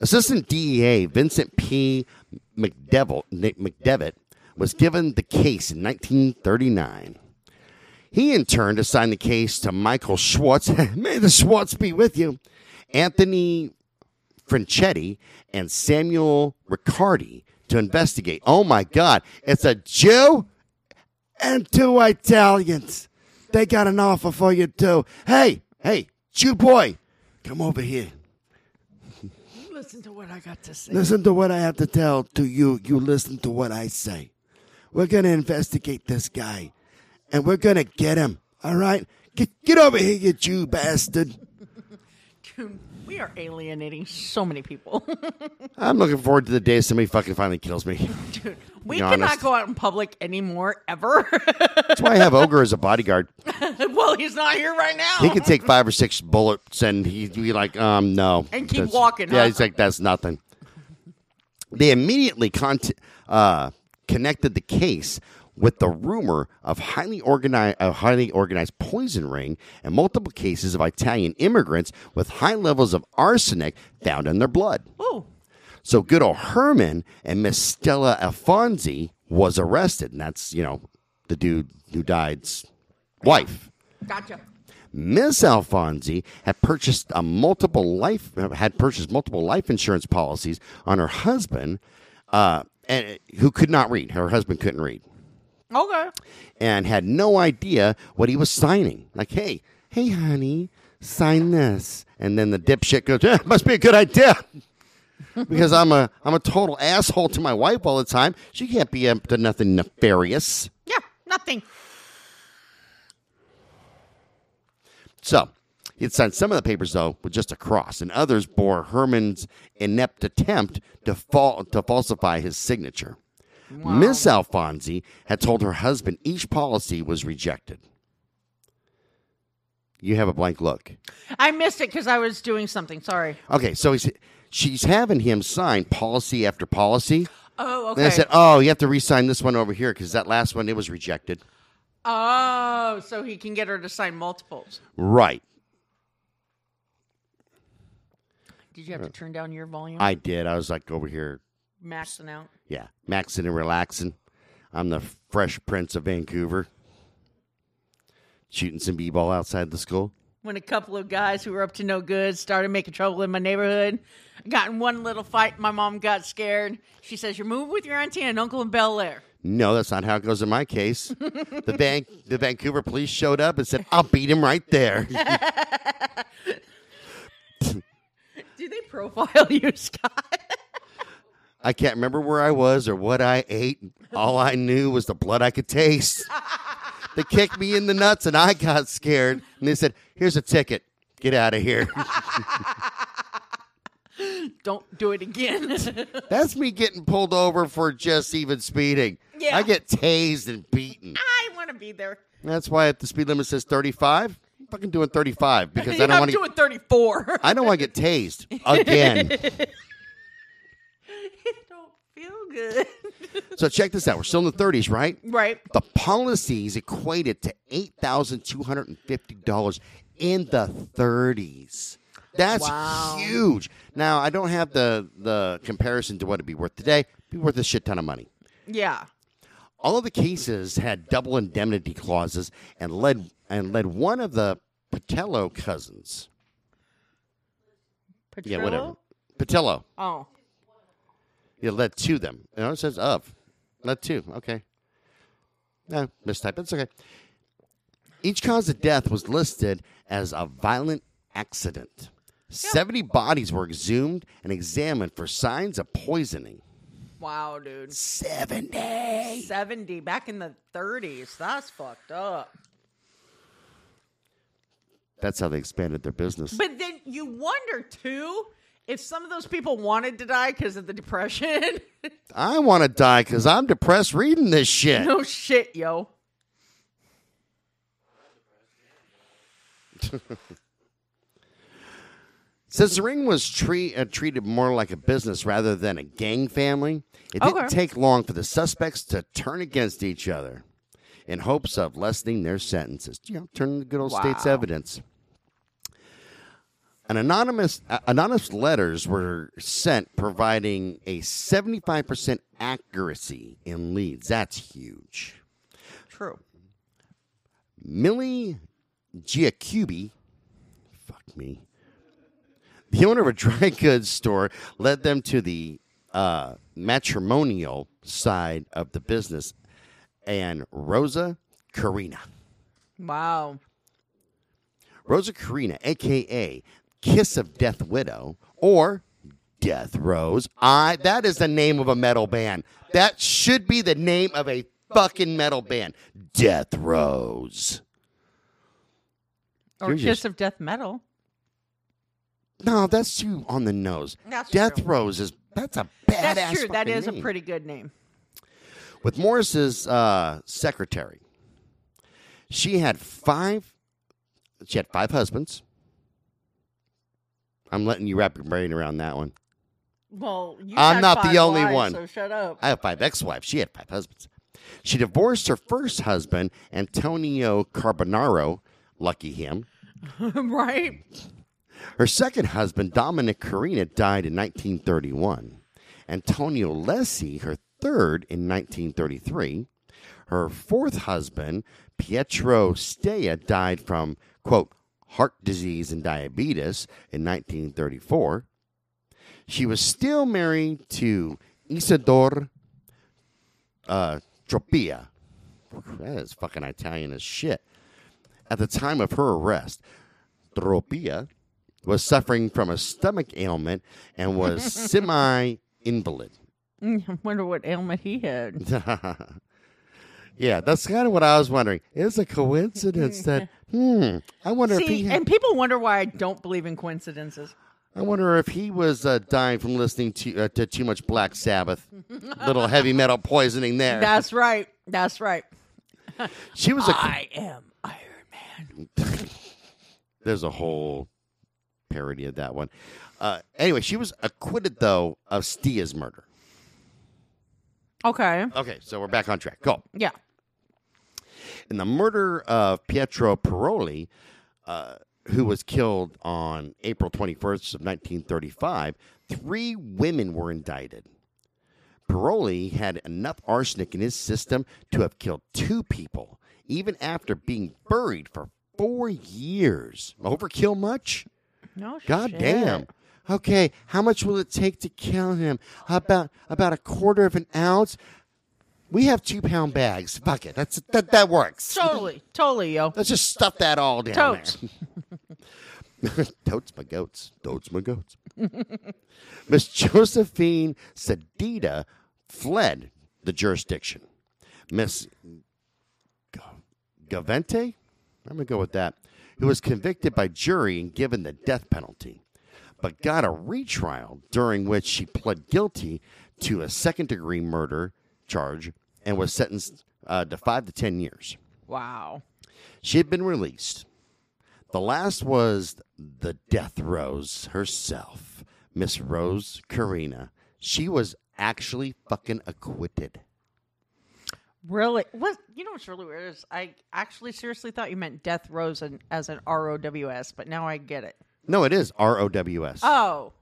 S1: Assistant DEA Vincent P. McDevitt, McDevitt was given the case in 1939. He in turn assigned the case to Michael Schwartz. <laughs> May the Schwartz be with you. Anthony Franchetti and Samuel Riccardi to investigate. Oh my God, it's a Jew and two Italians. They got an offer for you too. Hey, hey, Jew boy, come over here.
S2: Listen to what I got to say.
S1: Listen to what I have to tell to you. You listen to what I say. We're gonna investigate this guy, and we're gonna get him. All right, get get over here, you Jew bastard.
S2: We are alienating so many people. <laughs>
S1: I'm looking forward to the day somebody fucking finally kills me.
S2: we
S1: Be
S2: cannot
S1: honest.
S2: go out in public anymore, ever. <laughs>
S1: That's why I have Ogre as a bodyguard.
S2: well, he's not here right now.
S1: He could take five or six bullets and he'd be like, um, no.
S2: And keep
S1: That's-
S2: walking,
S1: Yeah,
S2: huh?
S1: he's like, that's nothing. They immediately con- uh, connected the case with the rumor of highly organized, a highly organized poison ring and multiple cases of Italian immigrants with high levels of arsenic found in their blood.
S2: Ooh.
S1: So good old Herman and Miss Stella Alfonsi was arrested, and that's you know the dude who died's wife.
S2: Gotcha.
S1: Miss Alfonsi had purchased a multiple life had purchased multiple life insurance policies on her husband, uh, and who could not read. Her husband couldn't read
S2: Okay.
S1: and had no idea what he was signing. Like, hey, hey, honey, sign this. And then the dipshit goes, yeah, must be a good idea. <laughs> because I'm a I'm a total asshole to my wife all the time. She can't be up to nothing nefarious.
S2: Yeah, nothing.
S1: So he'd signed some of the papers though with just a cross, and others bore Herman's inept attempt to fal- to falsify his signature. Miss Alfonsi had told her husband each policy was rejected. You have a blank look.
S2: I missed it because I was doing something. Sorry.
S1: Okay, so he's, she's having him sign policy after policy.
S2: Oh,
S1: And I
S2: okay.
S1: said, "Oh, you have to re-sign this one over here because that last one it was rejected."
S2: oh, so he can get her to sign multiples.
S1: Right.
S2: Did you have to turn down your volume?
S1: I did. I was like over here
S2: Maxing out.
S1: Yeah, maxing and relaxing. I'm the Fresh Prince of Vancouver. Shooting some b-ball outside the school.
S2: When a couple of guys who were up to no good started making trouble in my neighborhood, I got in one little fight. My mom got scared. She says, "You're moving with your auntie and uncle in Bel Air."
S1: No, that's not how it goes in my case. the bank, the Vancouver police showed up and said, "I'll beat him right there."
S2: Do they profile <laughs> you, Scott?
S1: I can't remember where I was or what I ate. All I knew was the blood I could taste. they kicked me in the nuts and I got scared. And they said, "Here's a ticket. Get out of here."
S2: Don't do it again.
S1: That's me getting pulled over for just even speeding.
S2: Yeah.
S1: I get tased and beaten.
S2: <laughs> I want to be there.
S1: That's why if the speed limit says 35, I'm fucking doing
S2: <laughs>
S1: 35 because I
S2: I'm
S1: don't want to.
S2: doing 34.
S1: I don't want to get tased again.
S2: <laughs> it don't feel good.
S1: so check this out. We're still in the 30s, right?
S2: <laughs> right.
S1: The policies equated to eight thousand two hundred and fifty dollars in the thirties. That's
S2: Wow.
S1: huge. Now I don't have the the comparison to what it'd be worth today. It'd be worth a shit ton of money.
S2: Yeah.
S1: All of the cases had double indemnity clauses and led and led one of the Patello cousins.
S2: Patrillo?
S1: Yeah, whatever. Patello.
S2: Oh.
S1: Yeah, led to them. No, it says of. Led to. Okay. No, mistype. It's okay. Each cause of death was listed as a violent accident. 70 bodies were exhumed and examined for signs of poisoning.
S2: Wow, dude.
S1: 70.
S2: 70 back in the 30s. That's fucked up.
S1: That's how they expanded their business.
S2: But then you wonder too if some of those people wanted to die because of the depression. <laughs>
S1: I want to die because I'm depressed reading this shit.
S2: no Oh, shit, yo.
S1: Since the ring was treat, uh, treated more like a business rather than a gang family, it didn't
S2: Okay.
S1: take long for the suspects to turn against each other in hopes of lessening their sentences. You know, turn the good old state's
S2: Wow.
S1: evidence. An anonymous uh, anonymous letters were sent providing a 75% accuracy in leads. That's huge.
S2: True.
S1: Millie Giacube, fuck me, the owner of a <laughs> dry goods store, led them to the uh, matrimonial side of the business, and Rosa Carina.
S2: Wow.
S1: Rosa Carina, aka Kiss of Death Widow, or Death Rose. I that is the name of a metal band. That should be the name of a fucking metal band. Death Rose.
S2: Or
S1: You're
S2: Kiss
S1: just-
S2: of Death Metal.
S1: No, that's too on the nose.
S2: That's
S1: Death
S2: true.
S1: Rose is that's a badass.
S2: That's true. That
S1: fucking
S2: is a
S1: name.
S2: pretty good name.
S1: With Morris's uh, secretary, she had five. She had five husbands. I'm letting you wrap your brain around that one.
S2: Well, you
S1: I'm
S2: had
S1: not the
S2: five
S1: only
S2: wives,
S1: one.
S2: So shut up.
S1: I have five ex-wives. She had five husbands. She divorced her first husband, Antonio Carbonaro. Lucky him.
S2: <laughs> right?
S1: Her second husband, Dominic Carina, died in 1931. Antonio Lesi, her third, in 1933. Her fourth husband, Pietro Stea, died from, quote, heart disease and diabetes in 1934. She was still married to Isidore uh, Tropia. That is fucking Italian as shit. At the time of her arrest, Tropia was suffering from a stomach ailment and was
S2: <laughs>
S1: semi invalid.
S2: Mm, Wonder what ailment he had.
S1: <laughs> yeah, that's kind of what I was wondering. Is a
S2: <laughs>
S1: coincidence that hmm, I wonder if he
S2: See,
S1: had,
S2: and people wonder why I don't believe in coincidences.
S1: I wonder if he was uh, dying from listening to uh, to too much Black
S2: <laughs>
S1: Sabbath. Little heavy metal poisoning there.
S2: That's right. That's right.
S1: she was a
S2: I am Iron Man.
S1: there's a whole parody of that one. Uh, anyway, she was acquitted though of Stia's murder.
S2: Okay.
S1: Okay, so we're back on track. Go.
S2: Yeah.
S1: in the murder of Pietro Paroli, uh, who was killed on April 21st of 1935, three women were indicted. Paroli had enough arsenic in his system to have killed two people, even after being buried for four years. Overkill much?
S2: No shit.
S1: God damn. Okay, how much will it take to kill him? About about a quarter of an ounce. We have two pound bags. Fuck it. That's that that works.
S2: Totally. Totally, yo.
S1: Let's just stuff that all down
S2: Totes.
S1: there. <laughs> Totes my goats. Totes my goats. <laughs> Miss Josephine Sedita fled the jurisdiction. Miss G- Gavente, I'm going to go with that, who was convicted by jury and given the death penalty, but got a retrial during which she pled guilty to a second degree murder charge and was sentenced uh, to five to 10 years.
S2: Wow.
S1: She had been released. The last was the Death Rose herself, Miss Rose Karina. She was actually fucking acquitted.
S2: Really? What? You know what's really weird is I actually seriously thought you meant Death Rose and, as an R O W S, but now I get it.
S1: No, it is R O W S.
S2: Oh,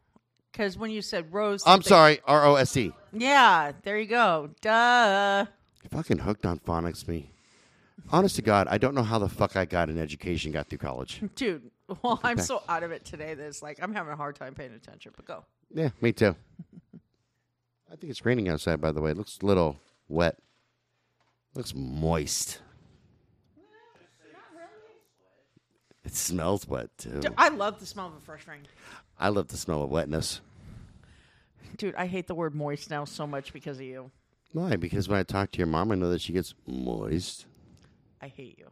S2: because when you said Rose,
S1: I'm
S2: they-
S1: sorry, R O S E.
S2: Yeah, there you go. Duh.
S1: Fucking hooked on phonics, me. Honest to God, I don't know how the fuck I got an education, got through college.
S2: Dude, well, I'm so out of it today that it's like I'm having a hard time paying attention, but go.
S1: Yeah, me too. I think it's raining outside, by the way. It looks a little wet. Looks moist. It smells wet, too.
S2: Dude, I love the smell of a fresh rain.
S1: I love the smell of wetness.
S2: Dude, I hate the word moist now so much because of you.
S1: Why? Because when I talk to your mom, I know that she gets moist.
S2: I hate you.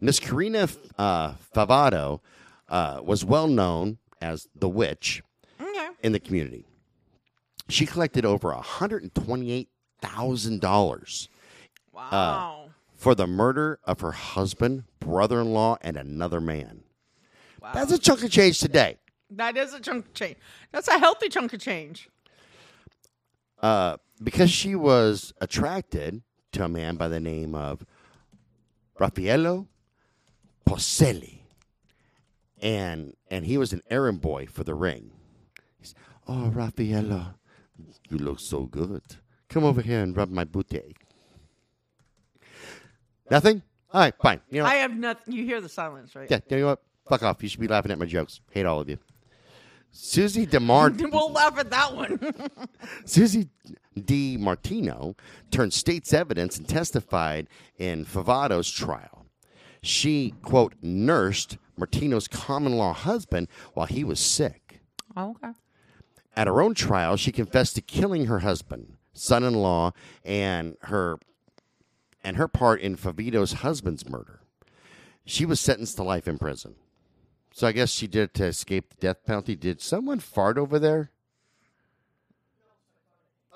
S1: Miss Karina uh, Favado uh, was well known as the witch
S2: Okay.
S1: in the community. She collected over $128,000
S2: Wow.
S1: for the murder of her husband, brother in law, and another man. That's a chunk of change today.
S2: that is a chunk of change. That's a healthy chunk of change.
S1: Uh, because she was attracted to a man by the name of Raffaello Poselli. And and he was an errand boy for the ring. He's, oh, Raffaello, you look so good. Come over here and rub my booty. Nothing? All right, fine. You know,
S2: I have nothing. You hear the silence, right?
S1: Yeah, you know what? Fuck off. You should be laughing at my jokes. Hate all of you. Susie
S2: <laughs>
S1: DeMar
S2: <laughs> We'll laugh at that one.
S1: Susie D. Martino turned state's evidence and testified in Favado's trial. She, quote, nursed Martino's common law husband while he was sick.
S2: oh, okay.
S1: At her own trial, she confessed to killing her husband, son in law, and her and her part in Favito's husband's murder. She was sentenced to life in prison. So I guess she did it to escape the death penalty. Did someone fart over there?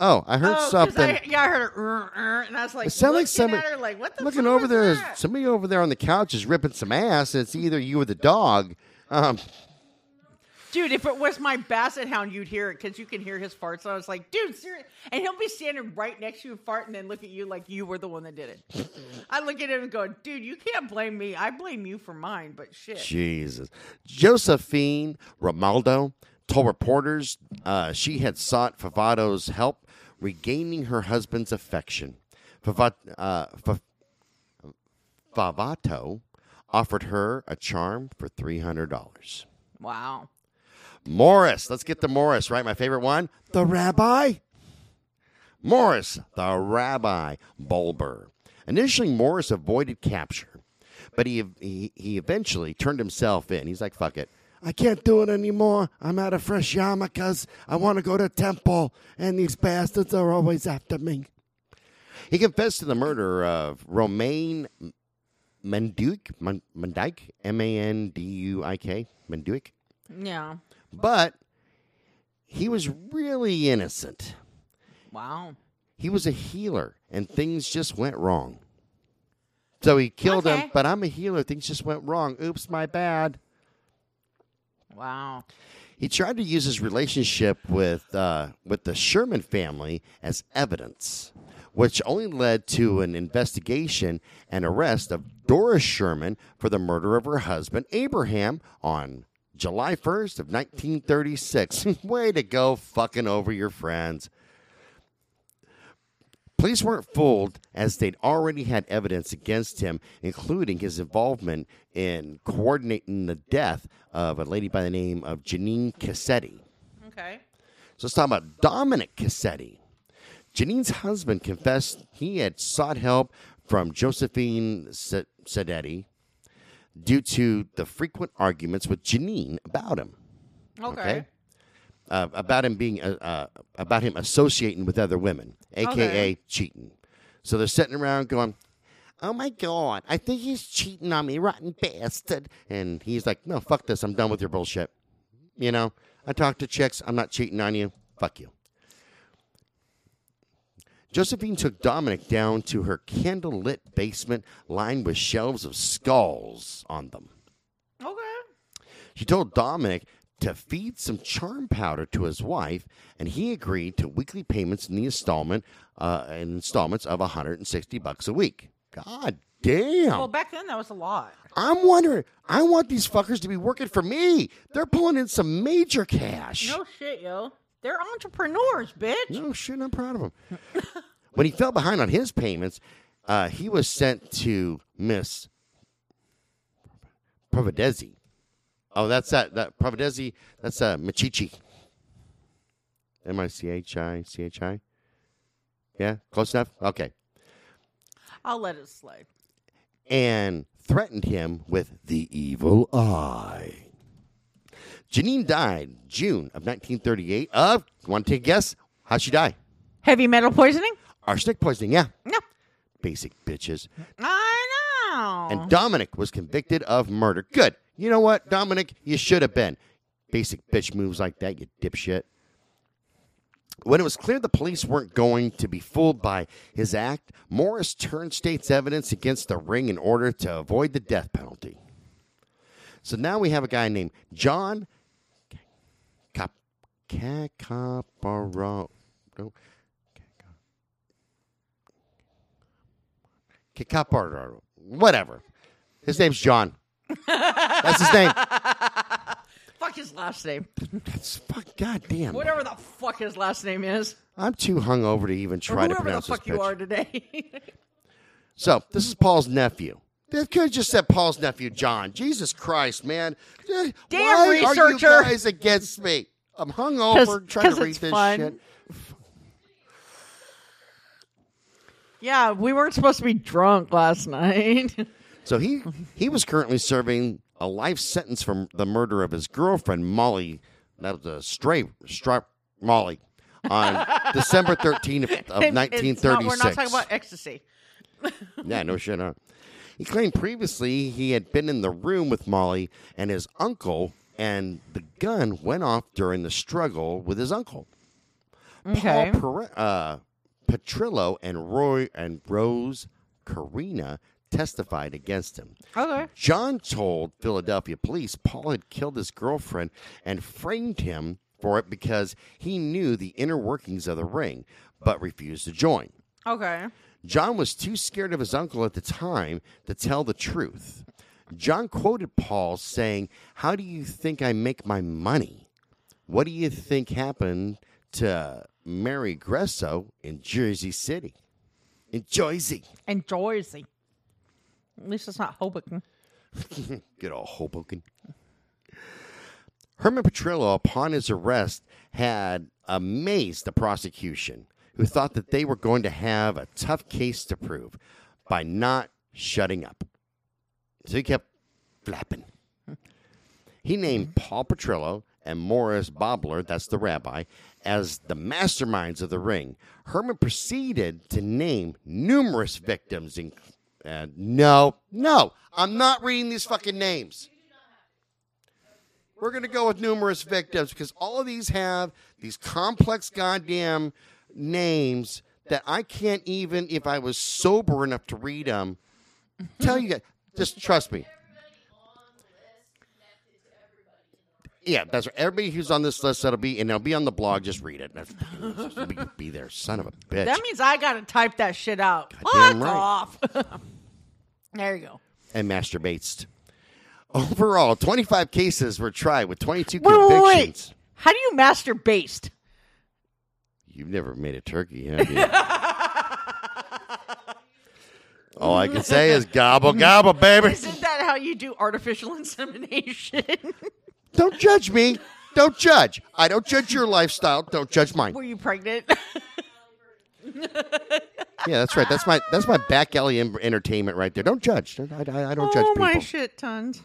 S1: Oh, I heard
S2: Oh, 'cause
S1: something.
S2: I, yeah, I heard it, "Rrr, rrr," and I was like,
S1: It sounded like
S2: looking
S1: somebody
S2: at her, like, what the
S1: looking
S2: fuck
S1: over
S2: was
S1: there.
S2: that?
S1: Somebody over there on the couch is ripping some ass. And it's either you or the dog. Um,
S2: Dude, if it was my basset hound, you'd hear it because you can hear his farts. And I was like, dude, serious. And he'll be standing right next to you, fart, and then look at you like you were the one that did it. I look at him and go, dude, you can't blame me. I blame you for mine, but shit.
S1: Jesus. Josephine Romaldo told reporters uh, she had sought Favado's help regaining her husband's affection. Favat, uh, Fa- Favato offered her a charm for $300.
S2: Wow.
S1: Morris. Let's get to Morris, right? My favorite one. The rabbi. Morris, the rabbi Bulber. Initially, Morris avoided capture, but he, he, he eventually turned himself in. He's like, fuck it. I can't do it anymore. I'm out of fresh yarmulkes. I want to go to temple, and these bastards are always after me. He confessed to the murder of Romaine Manduik, Mon- Mandyke, M A N D U I K, Manduik,
S2: Yeah.
S1: but he was really innocent.
S2: Wow.
S1: He was a healer, and things just went wrong. So he killed him,
S2: Okay.
S1: but I'm a healer. Things just went wrong. Oops, my bad.
S2: Wow.
S1: He tried to use his relationship with uh, with the Sherman family as evidence, which only led to an investigation and arrest of Doris Sherman for the murder of her husband Abraham on July 1st of 1936. <laughs> Way to go, fucking over your friends. Police weren't fooled as they'd already had evidence against him, including his involvement in coordinating the death of a lady by the name of Janine Cassetti.
S2: Okay.
S1: So let's talk about Dominic Cassetti. Janine's husband confessed he had sought help from Josephine Se- Sedetti due to the frequent arguments with Janine about him
S2: Okay.
S1: okay, Uh, about him being uh, uh, about him associating with other women, aka
S2: Okay.
S1: cheating. So they're sitting around going, "Oh my god, I think he's cheating on me, rotten bastard!" And he's like, "No, fuck this. I'm done with your bullshit. You know, I talk to chicks. I'm not cheating on you. Fuck you." Josephine took Dominic down to her candlelit basement lined with shelves of skulls on them.
S2: Okay.
S1: She told Dominic to feed some charm powder to his wife, and he agreed to weekly payments in the installment, uh, in installments of 160 bucks a week. God damn!
S2: Well, back then that was a lot.
S1: I'm wondering. I want these fuckers to be working for me. They're pulling in some major cash.
S2: No shit, yo. They're entrepreneurs, bitch.
S1: No shit, I'm proud of him. <laughs> when he fell behind on his payments, uh, he was sent to Miss Providezi. Oh, that's that that Providezi. That's uh, Michichi. M i c h i c h i. Yeah, close enough. Okay,
S2: I'll let it slide.
S1: and threatened him with the evil eye. Janine died June of 1938 of. Want to take a guess? How'd she die?
S2: Heavy metal poisoning?
S1: Arsenic poisoning. Yeah.
S2: No.
S1: basic bitches.
S2: I know.
S1: And Dominic was convicted of murder. Good. You know what, Dominic? You should have been. Basic bitch moves like that, you dipshit. When it was clear the police weren't going to be fooled by his act, Morris turned state's evidence against the ring in order to avoid the death penalty. So now we have a guy named John Cap- Cacaparo. No. Kikaparo, whatever. His name's John. That's his name.
S2: fuck his last name.
S1: That's fuck. Goddamn.
S2: Whatever the fuck his last name is.
S1: I'm too hungover to even
S2: Or
S1: try to
S2: whoever the
S1: pronounce
S2: fuck
S1: this
S2: you are
S1: bitch.
S2: today. <laughs>
S1: So this is Paul's nephew. They could have just said Paul's nephew, John. Jesus Christ, man. Eh,
S2: Damn
S1: Why are you
S2: researcher.
S1: guys against me? I'm hungover
S2: 'Cause-
S1: trying
S2: 'cause
S1: to read
S2: it's
S1: this
S2: fun.
S1: shit.
S2: yeah, we weren't supposed to be drunk last night.
S1: So he
S2: Mm-hmm.
S1: he was currently serving a life sentence for the murder of his girlfriend Molly. That was a stray strap Molly
S2: <laughs>
S1: on December thirteenth of, of nineteen
S2: <laughs> It's not-
S1: thirty
S2: We're not talking
S1: six.
S2: about ecstasy.
S1: <laughs> Yeah, no shit. Huh? He claimed previously he had been in the room with Molly and his uncle, and the gun went off during the struggle with his uncle.
S2: Okay.
S1: Paul Pere- uh, Petrillo and Roy and Rose Carina testified against him.
S2: Okay.
S1: John told Philadelphia police Paul had killed his girlfriend and framed him for it because he knew the inner workings of the ring, but refused to join.
S2: Okay.
S1: John was too scared of his uncle at the time to tell the truth. John quoted Paul saying, How do you think I make my money? What do you think happened to Mary Gresso in Jersey City? In Jersey.
S2: And Jersey. At least it's not Hoboken.
S1: Good old Hoboken. Herman Petrillo, upon his arrest, had amazed the prosecution, who thought that they were going to have a tough case to prove by not shutting up. So he kept flapping. He named Paul Petrillo and Morris Bobler, that's the rabbi, as the masterminds of the ring. Herman proceeded to name numerous victims. In, uh, no, no, I'm not reading these fucking names. We're going to go with numerous victims because all of these have these complex goddamn names that I can't even, if I was sober enough to read them, tell you guys. Just trust me. Yeah, that's right. Everybody who's on this list that'll be and they'll be on the blog. Just read it. That's, be, be there, son of a bitch.
S2: That means I gotta type that shit out.
S1: Goddamn
S2: Fuck
S1: right.
S2: off. <laughs> there you go.
S1: and masturbates. Overall, 25 cases were tried with 22
S2: Wait, wait,
S1: convictions.
S2: wait. How do you masturbate? <laughs>
S1: You've never made a turkey, have you? All I can say is gobble gobble, baby.
S2: Isn't that how you do artificial <laughs> insemination? <laughs>
S1: Don't judge me. Don't judge. I don't judge your lifestyle. Don't judge mine.
S2: Were you pregnant? <laughs>
S1: Yeah, that's right. That's my that's my back alley en- entertainment right there. Don't judge. I, I, I don't judge
S2: oh
S1: people.
S2: my shit tons.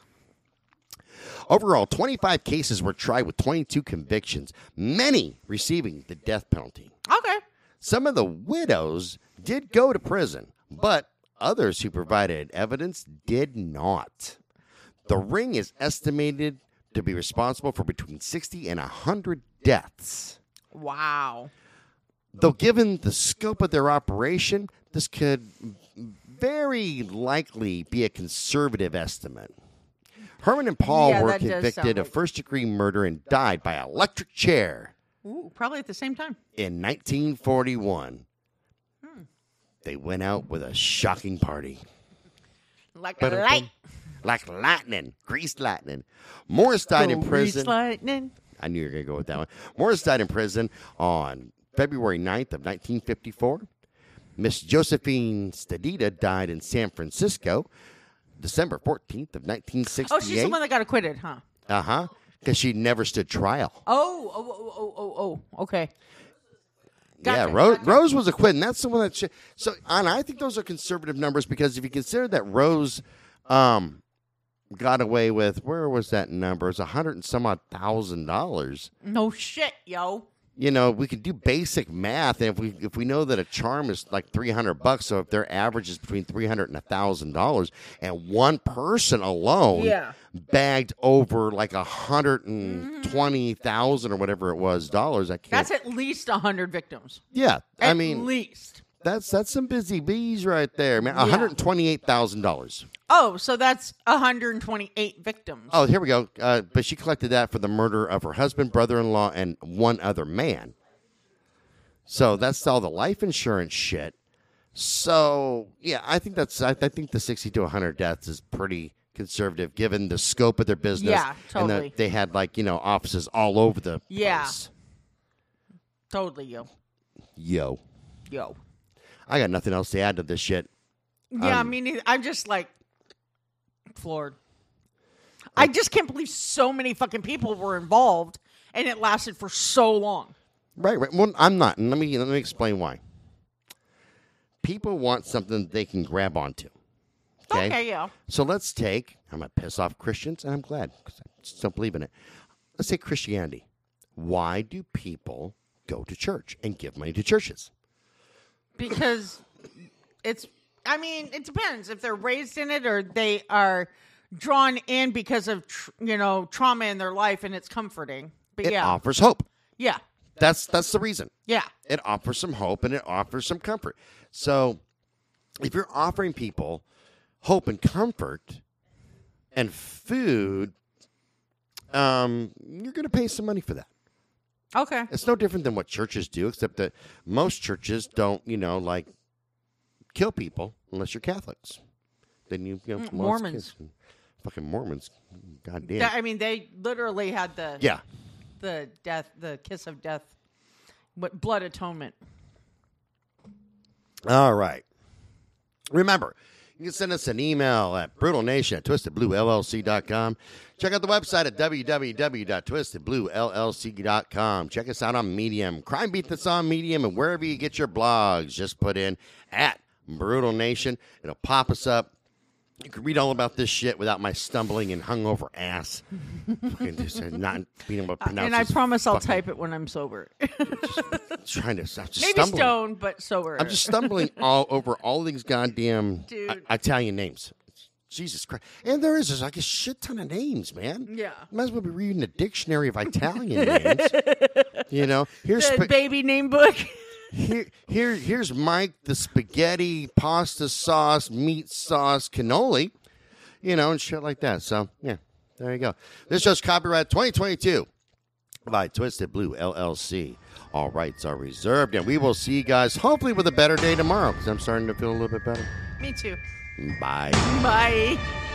S1: Overall, 25 cases were tried with 22 convictions, many receiving the death penalty.
S2: Okay.
S1: Some of the widows did go to prison, but others who provided evidence did not. The ring is estimated to be responsible for between 60 and 100 deaths.
S2: Wow.
S1: Though, given the scope of their operation, this could very likely be a conservative estimate. Herman and Paul
S2: Yeah,
S1: were
S2: that does sound
S1: convicted of
S2: like-
S1: first degree murder and died by electric chair
S2: Ooh, probably at the same time.
S1: in 1941.
S2: Hmm.
S1: They went out with a shocking party.
S2: Like
S1: But-
S2: a light.
S1: Like lightning, greased lightning. Morris died in
S2: Go reach
S1: prison.
S2: lightning.
S1: I knew you were going to go with that one. Morris died in prison on February 9th of 1954. Miss Josephine Stadita died in San Francisco December 14th of 1968.
S2: Oh, she's the one that got acquitted, huh?
S1: Uh-huh. Because she never stood trial.
S2: Oh, oh, oh, oh, oh, oh. Okay. Gotcha,
S1: yeah, Rose,
S2: gotcha.
S1: Rose was acquitted. And that's the one that. She, so, and I think those are conservative numbers because if you consider that Rose, um, got away with where was that number? It's a hundred and some odd thousand dollars.
S2: No shit, yo.
S1: you know, we can do basic math, and if we if we know that a charm is like three hundred bucks, so if their average is between three hundred and thousand dollars, and one person alone
S2: Yeah. Mm-hmm.
S1: bagged over like a hundred and twenty thousand or whatever it was dollars, I can't.
S2: That's at least a 100 victims.
S1: yeah,
S2: At
S1: I mean
S2: least.
S1: that's that's some busy bees right there, man. One hundred twenty-eight thousand dollars.
S2: Oh, so that's 128 victims.
S1: Oh, here we go. Uh, but she collected that for the murder of her husband, brother-in-law, and one other man. So that's all the life insurance shit. So yeah, I think that's I, I think the sixty to hundred deaths is pretty conservative given the scope of their business.
S2: Yeah,
S1: And
S2: totally.
S1: that they had like you know offices all over the
S2: Yeah.
S1: place.
S2: Totally, yo.
S1: Yo,
S2: Yo.
S1: I got nothing else to add to this shit. Um,
S2: Yeah, I mean, it- I'm just like floored. I just can't believe so many fucking people were involved and it lasted for so long.
S1: Right, right. Well, I'm not. And let me let me explain why. People want something they can grab onto.
S2: Okay, yeah.
S1: So let's take, I'm going to piss off Christians, and I'm glad because I just don't believe in it. Let's take Christianity. Why do people go to church and give money to churches?
S2: Because it's, I mean, it depends if they're raised in it or they are drawn in because of, tr- you know, trauma in their life and it's comforting. But
S1: It
S2: yeah.
S1: offers hope.
S2: Yeah.
S1: That's that's the reason.
S2: Yeah.
S1: It offers some hope and it offers some comfort. So if you're offering people hope and comfort and food, um, you're going to pay some money for that.
S2: Okay.
S1: It's no different than what churches do, except that most churches don't, you know, like kill people unless you're Catholics. Then you, you know, most
S2: Mormons.
S1: kids- fucking Mormons, goddamn.
S2: Yeah, I mean, they literally had the
S1: yeah,
S2: the death, the kiss of death, what blood atonement.
S1: All right. Remember, you can send us an email at brutalnation at twistedbluellc.com. Check out the website at www.twistedbluellc.com. Check us out on Medium, Crime Beat that's on Medium, and wherever you get your blogs, just put in at Brutal Nation. It'll pop us up. You can read all about this shit without my stumbling and hungover ass. <laughs> Fucking just uh, not being able to pronounce
S2: Uh, and I
S1: this
S2: promise I'll
S1: fucking-
S2: type it when I'm sober.
S1: <laughs>
S2: <laughs>
S1: Trying to, I'm just
S2: Maybe
S1: stumbling.
S2: stoned, but sober.
S1: I'm just
S2: <laughs>
S1: stumbling all over all these goddamn
S2: Dude.
S1: I- Italian names. Jesus Christ. And there is there's like a shit ton of names, man.
S2: Yeah.
S1: Might as well be reading a dictionary of Italian
S2: <laughs>
S1: names. You know, here's
S2: the
S1: spa-
S2: baby name book. <laughs>
S1: here, here here's Mike the spaghetti pasta sauce meat sauce cannoli, you know, and shit like that. So yeah, there you go. This show's copyright 2022 by Twisted Blue LLC. All rights are reserved, and we will see you guys hopefully with a better day tomorrow because I'm starting to feel a little bit better.
S2: Me too.
S1: Bye.
S2: Bye.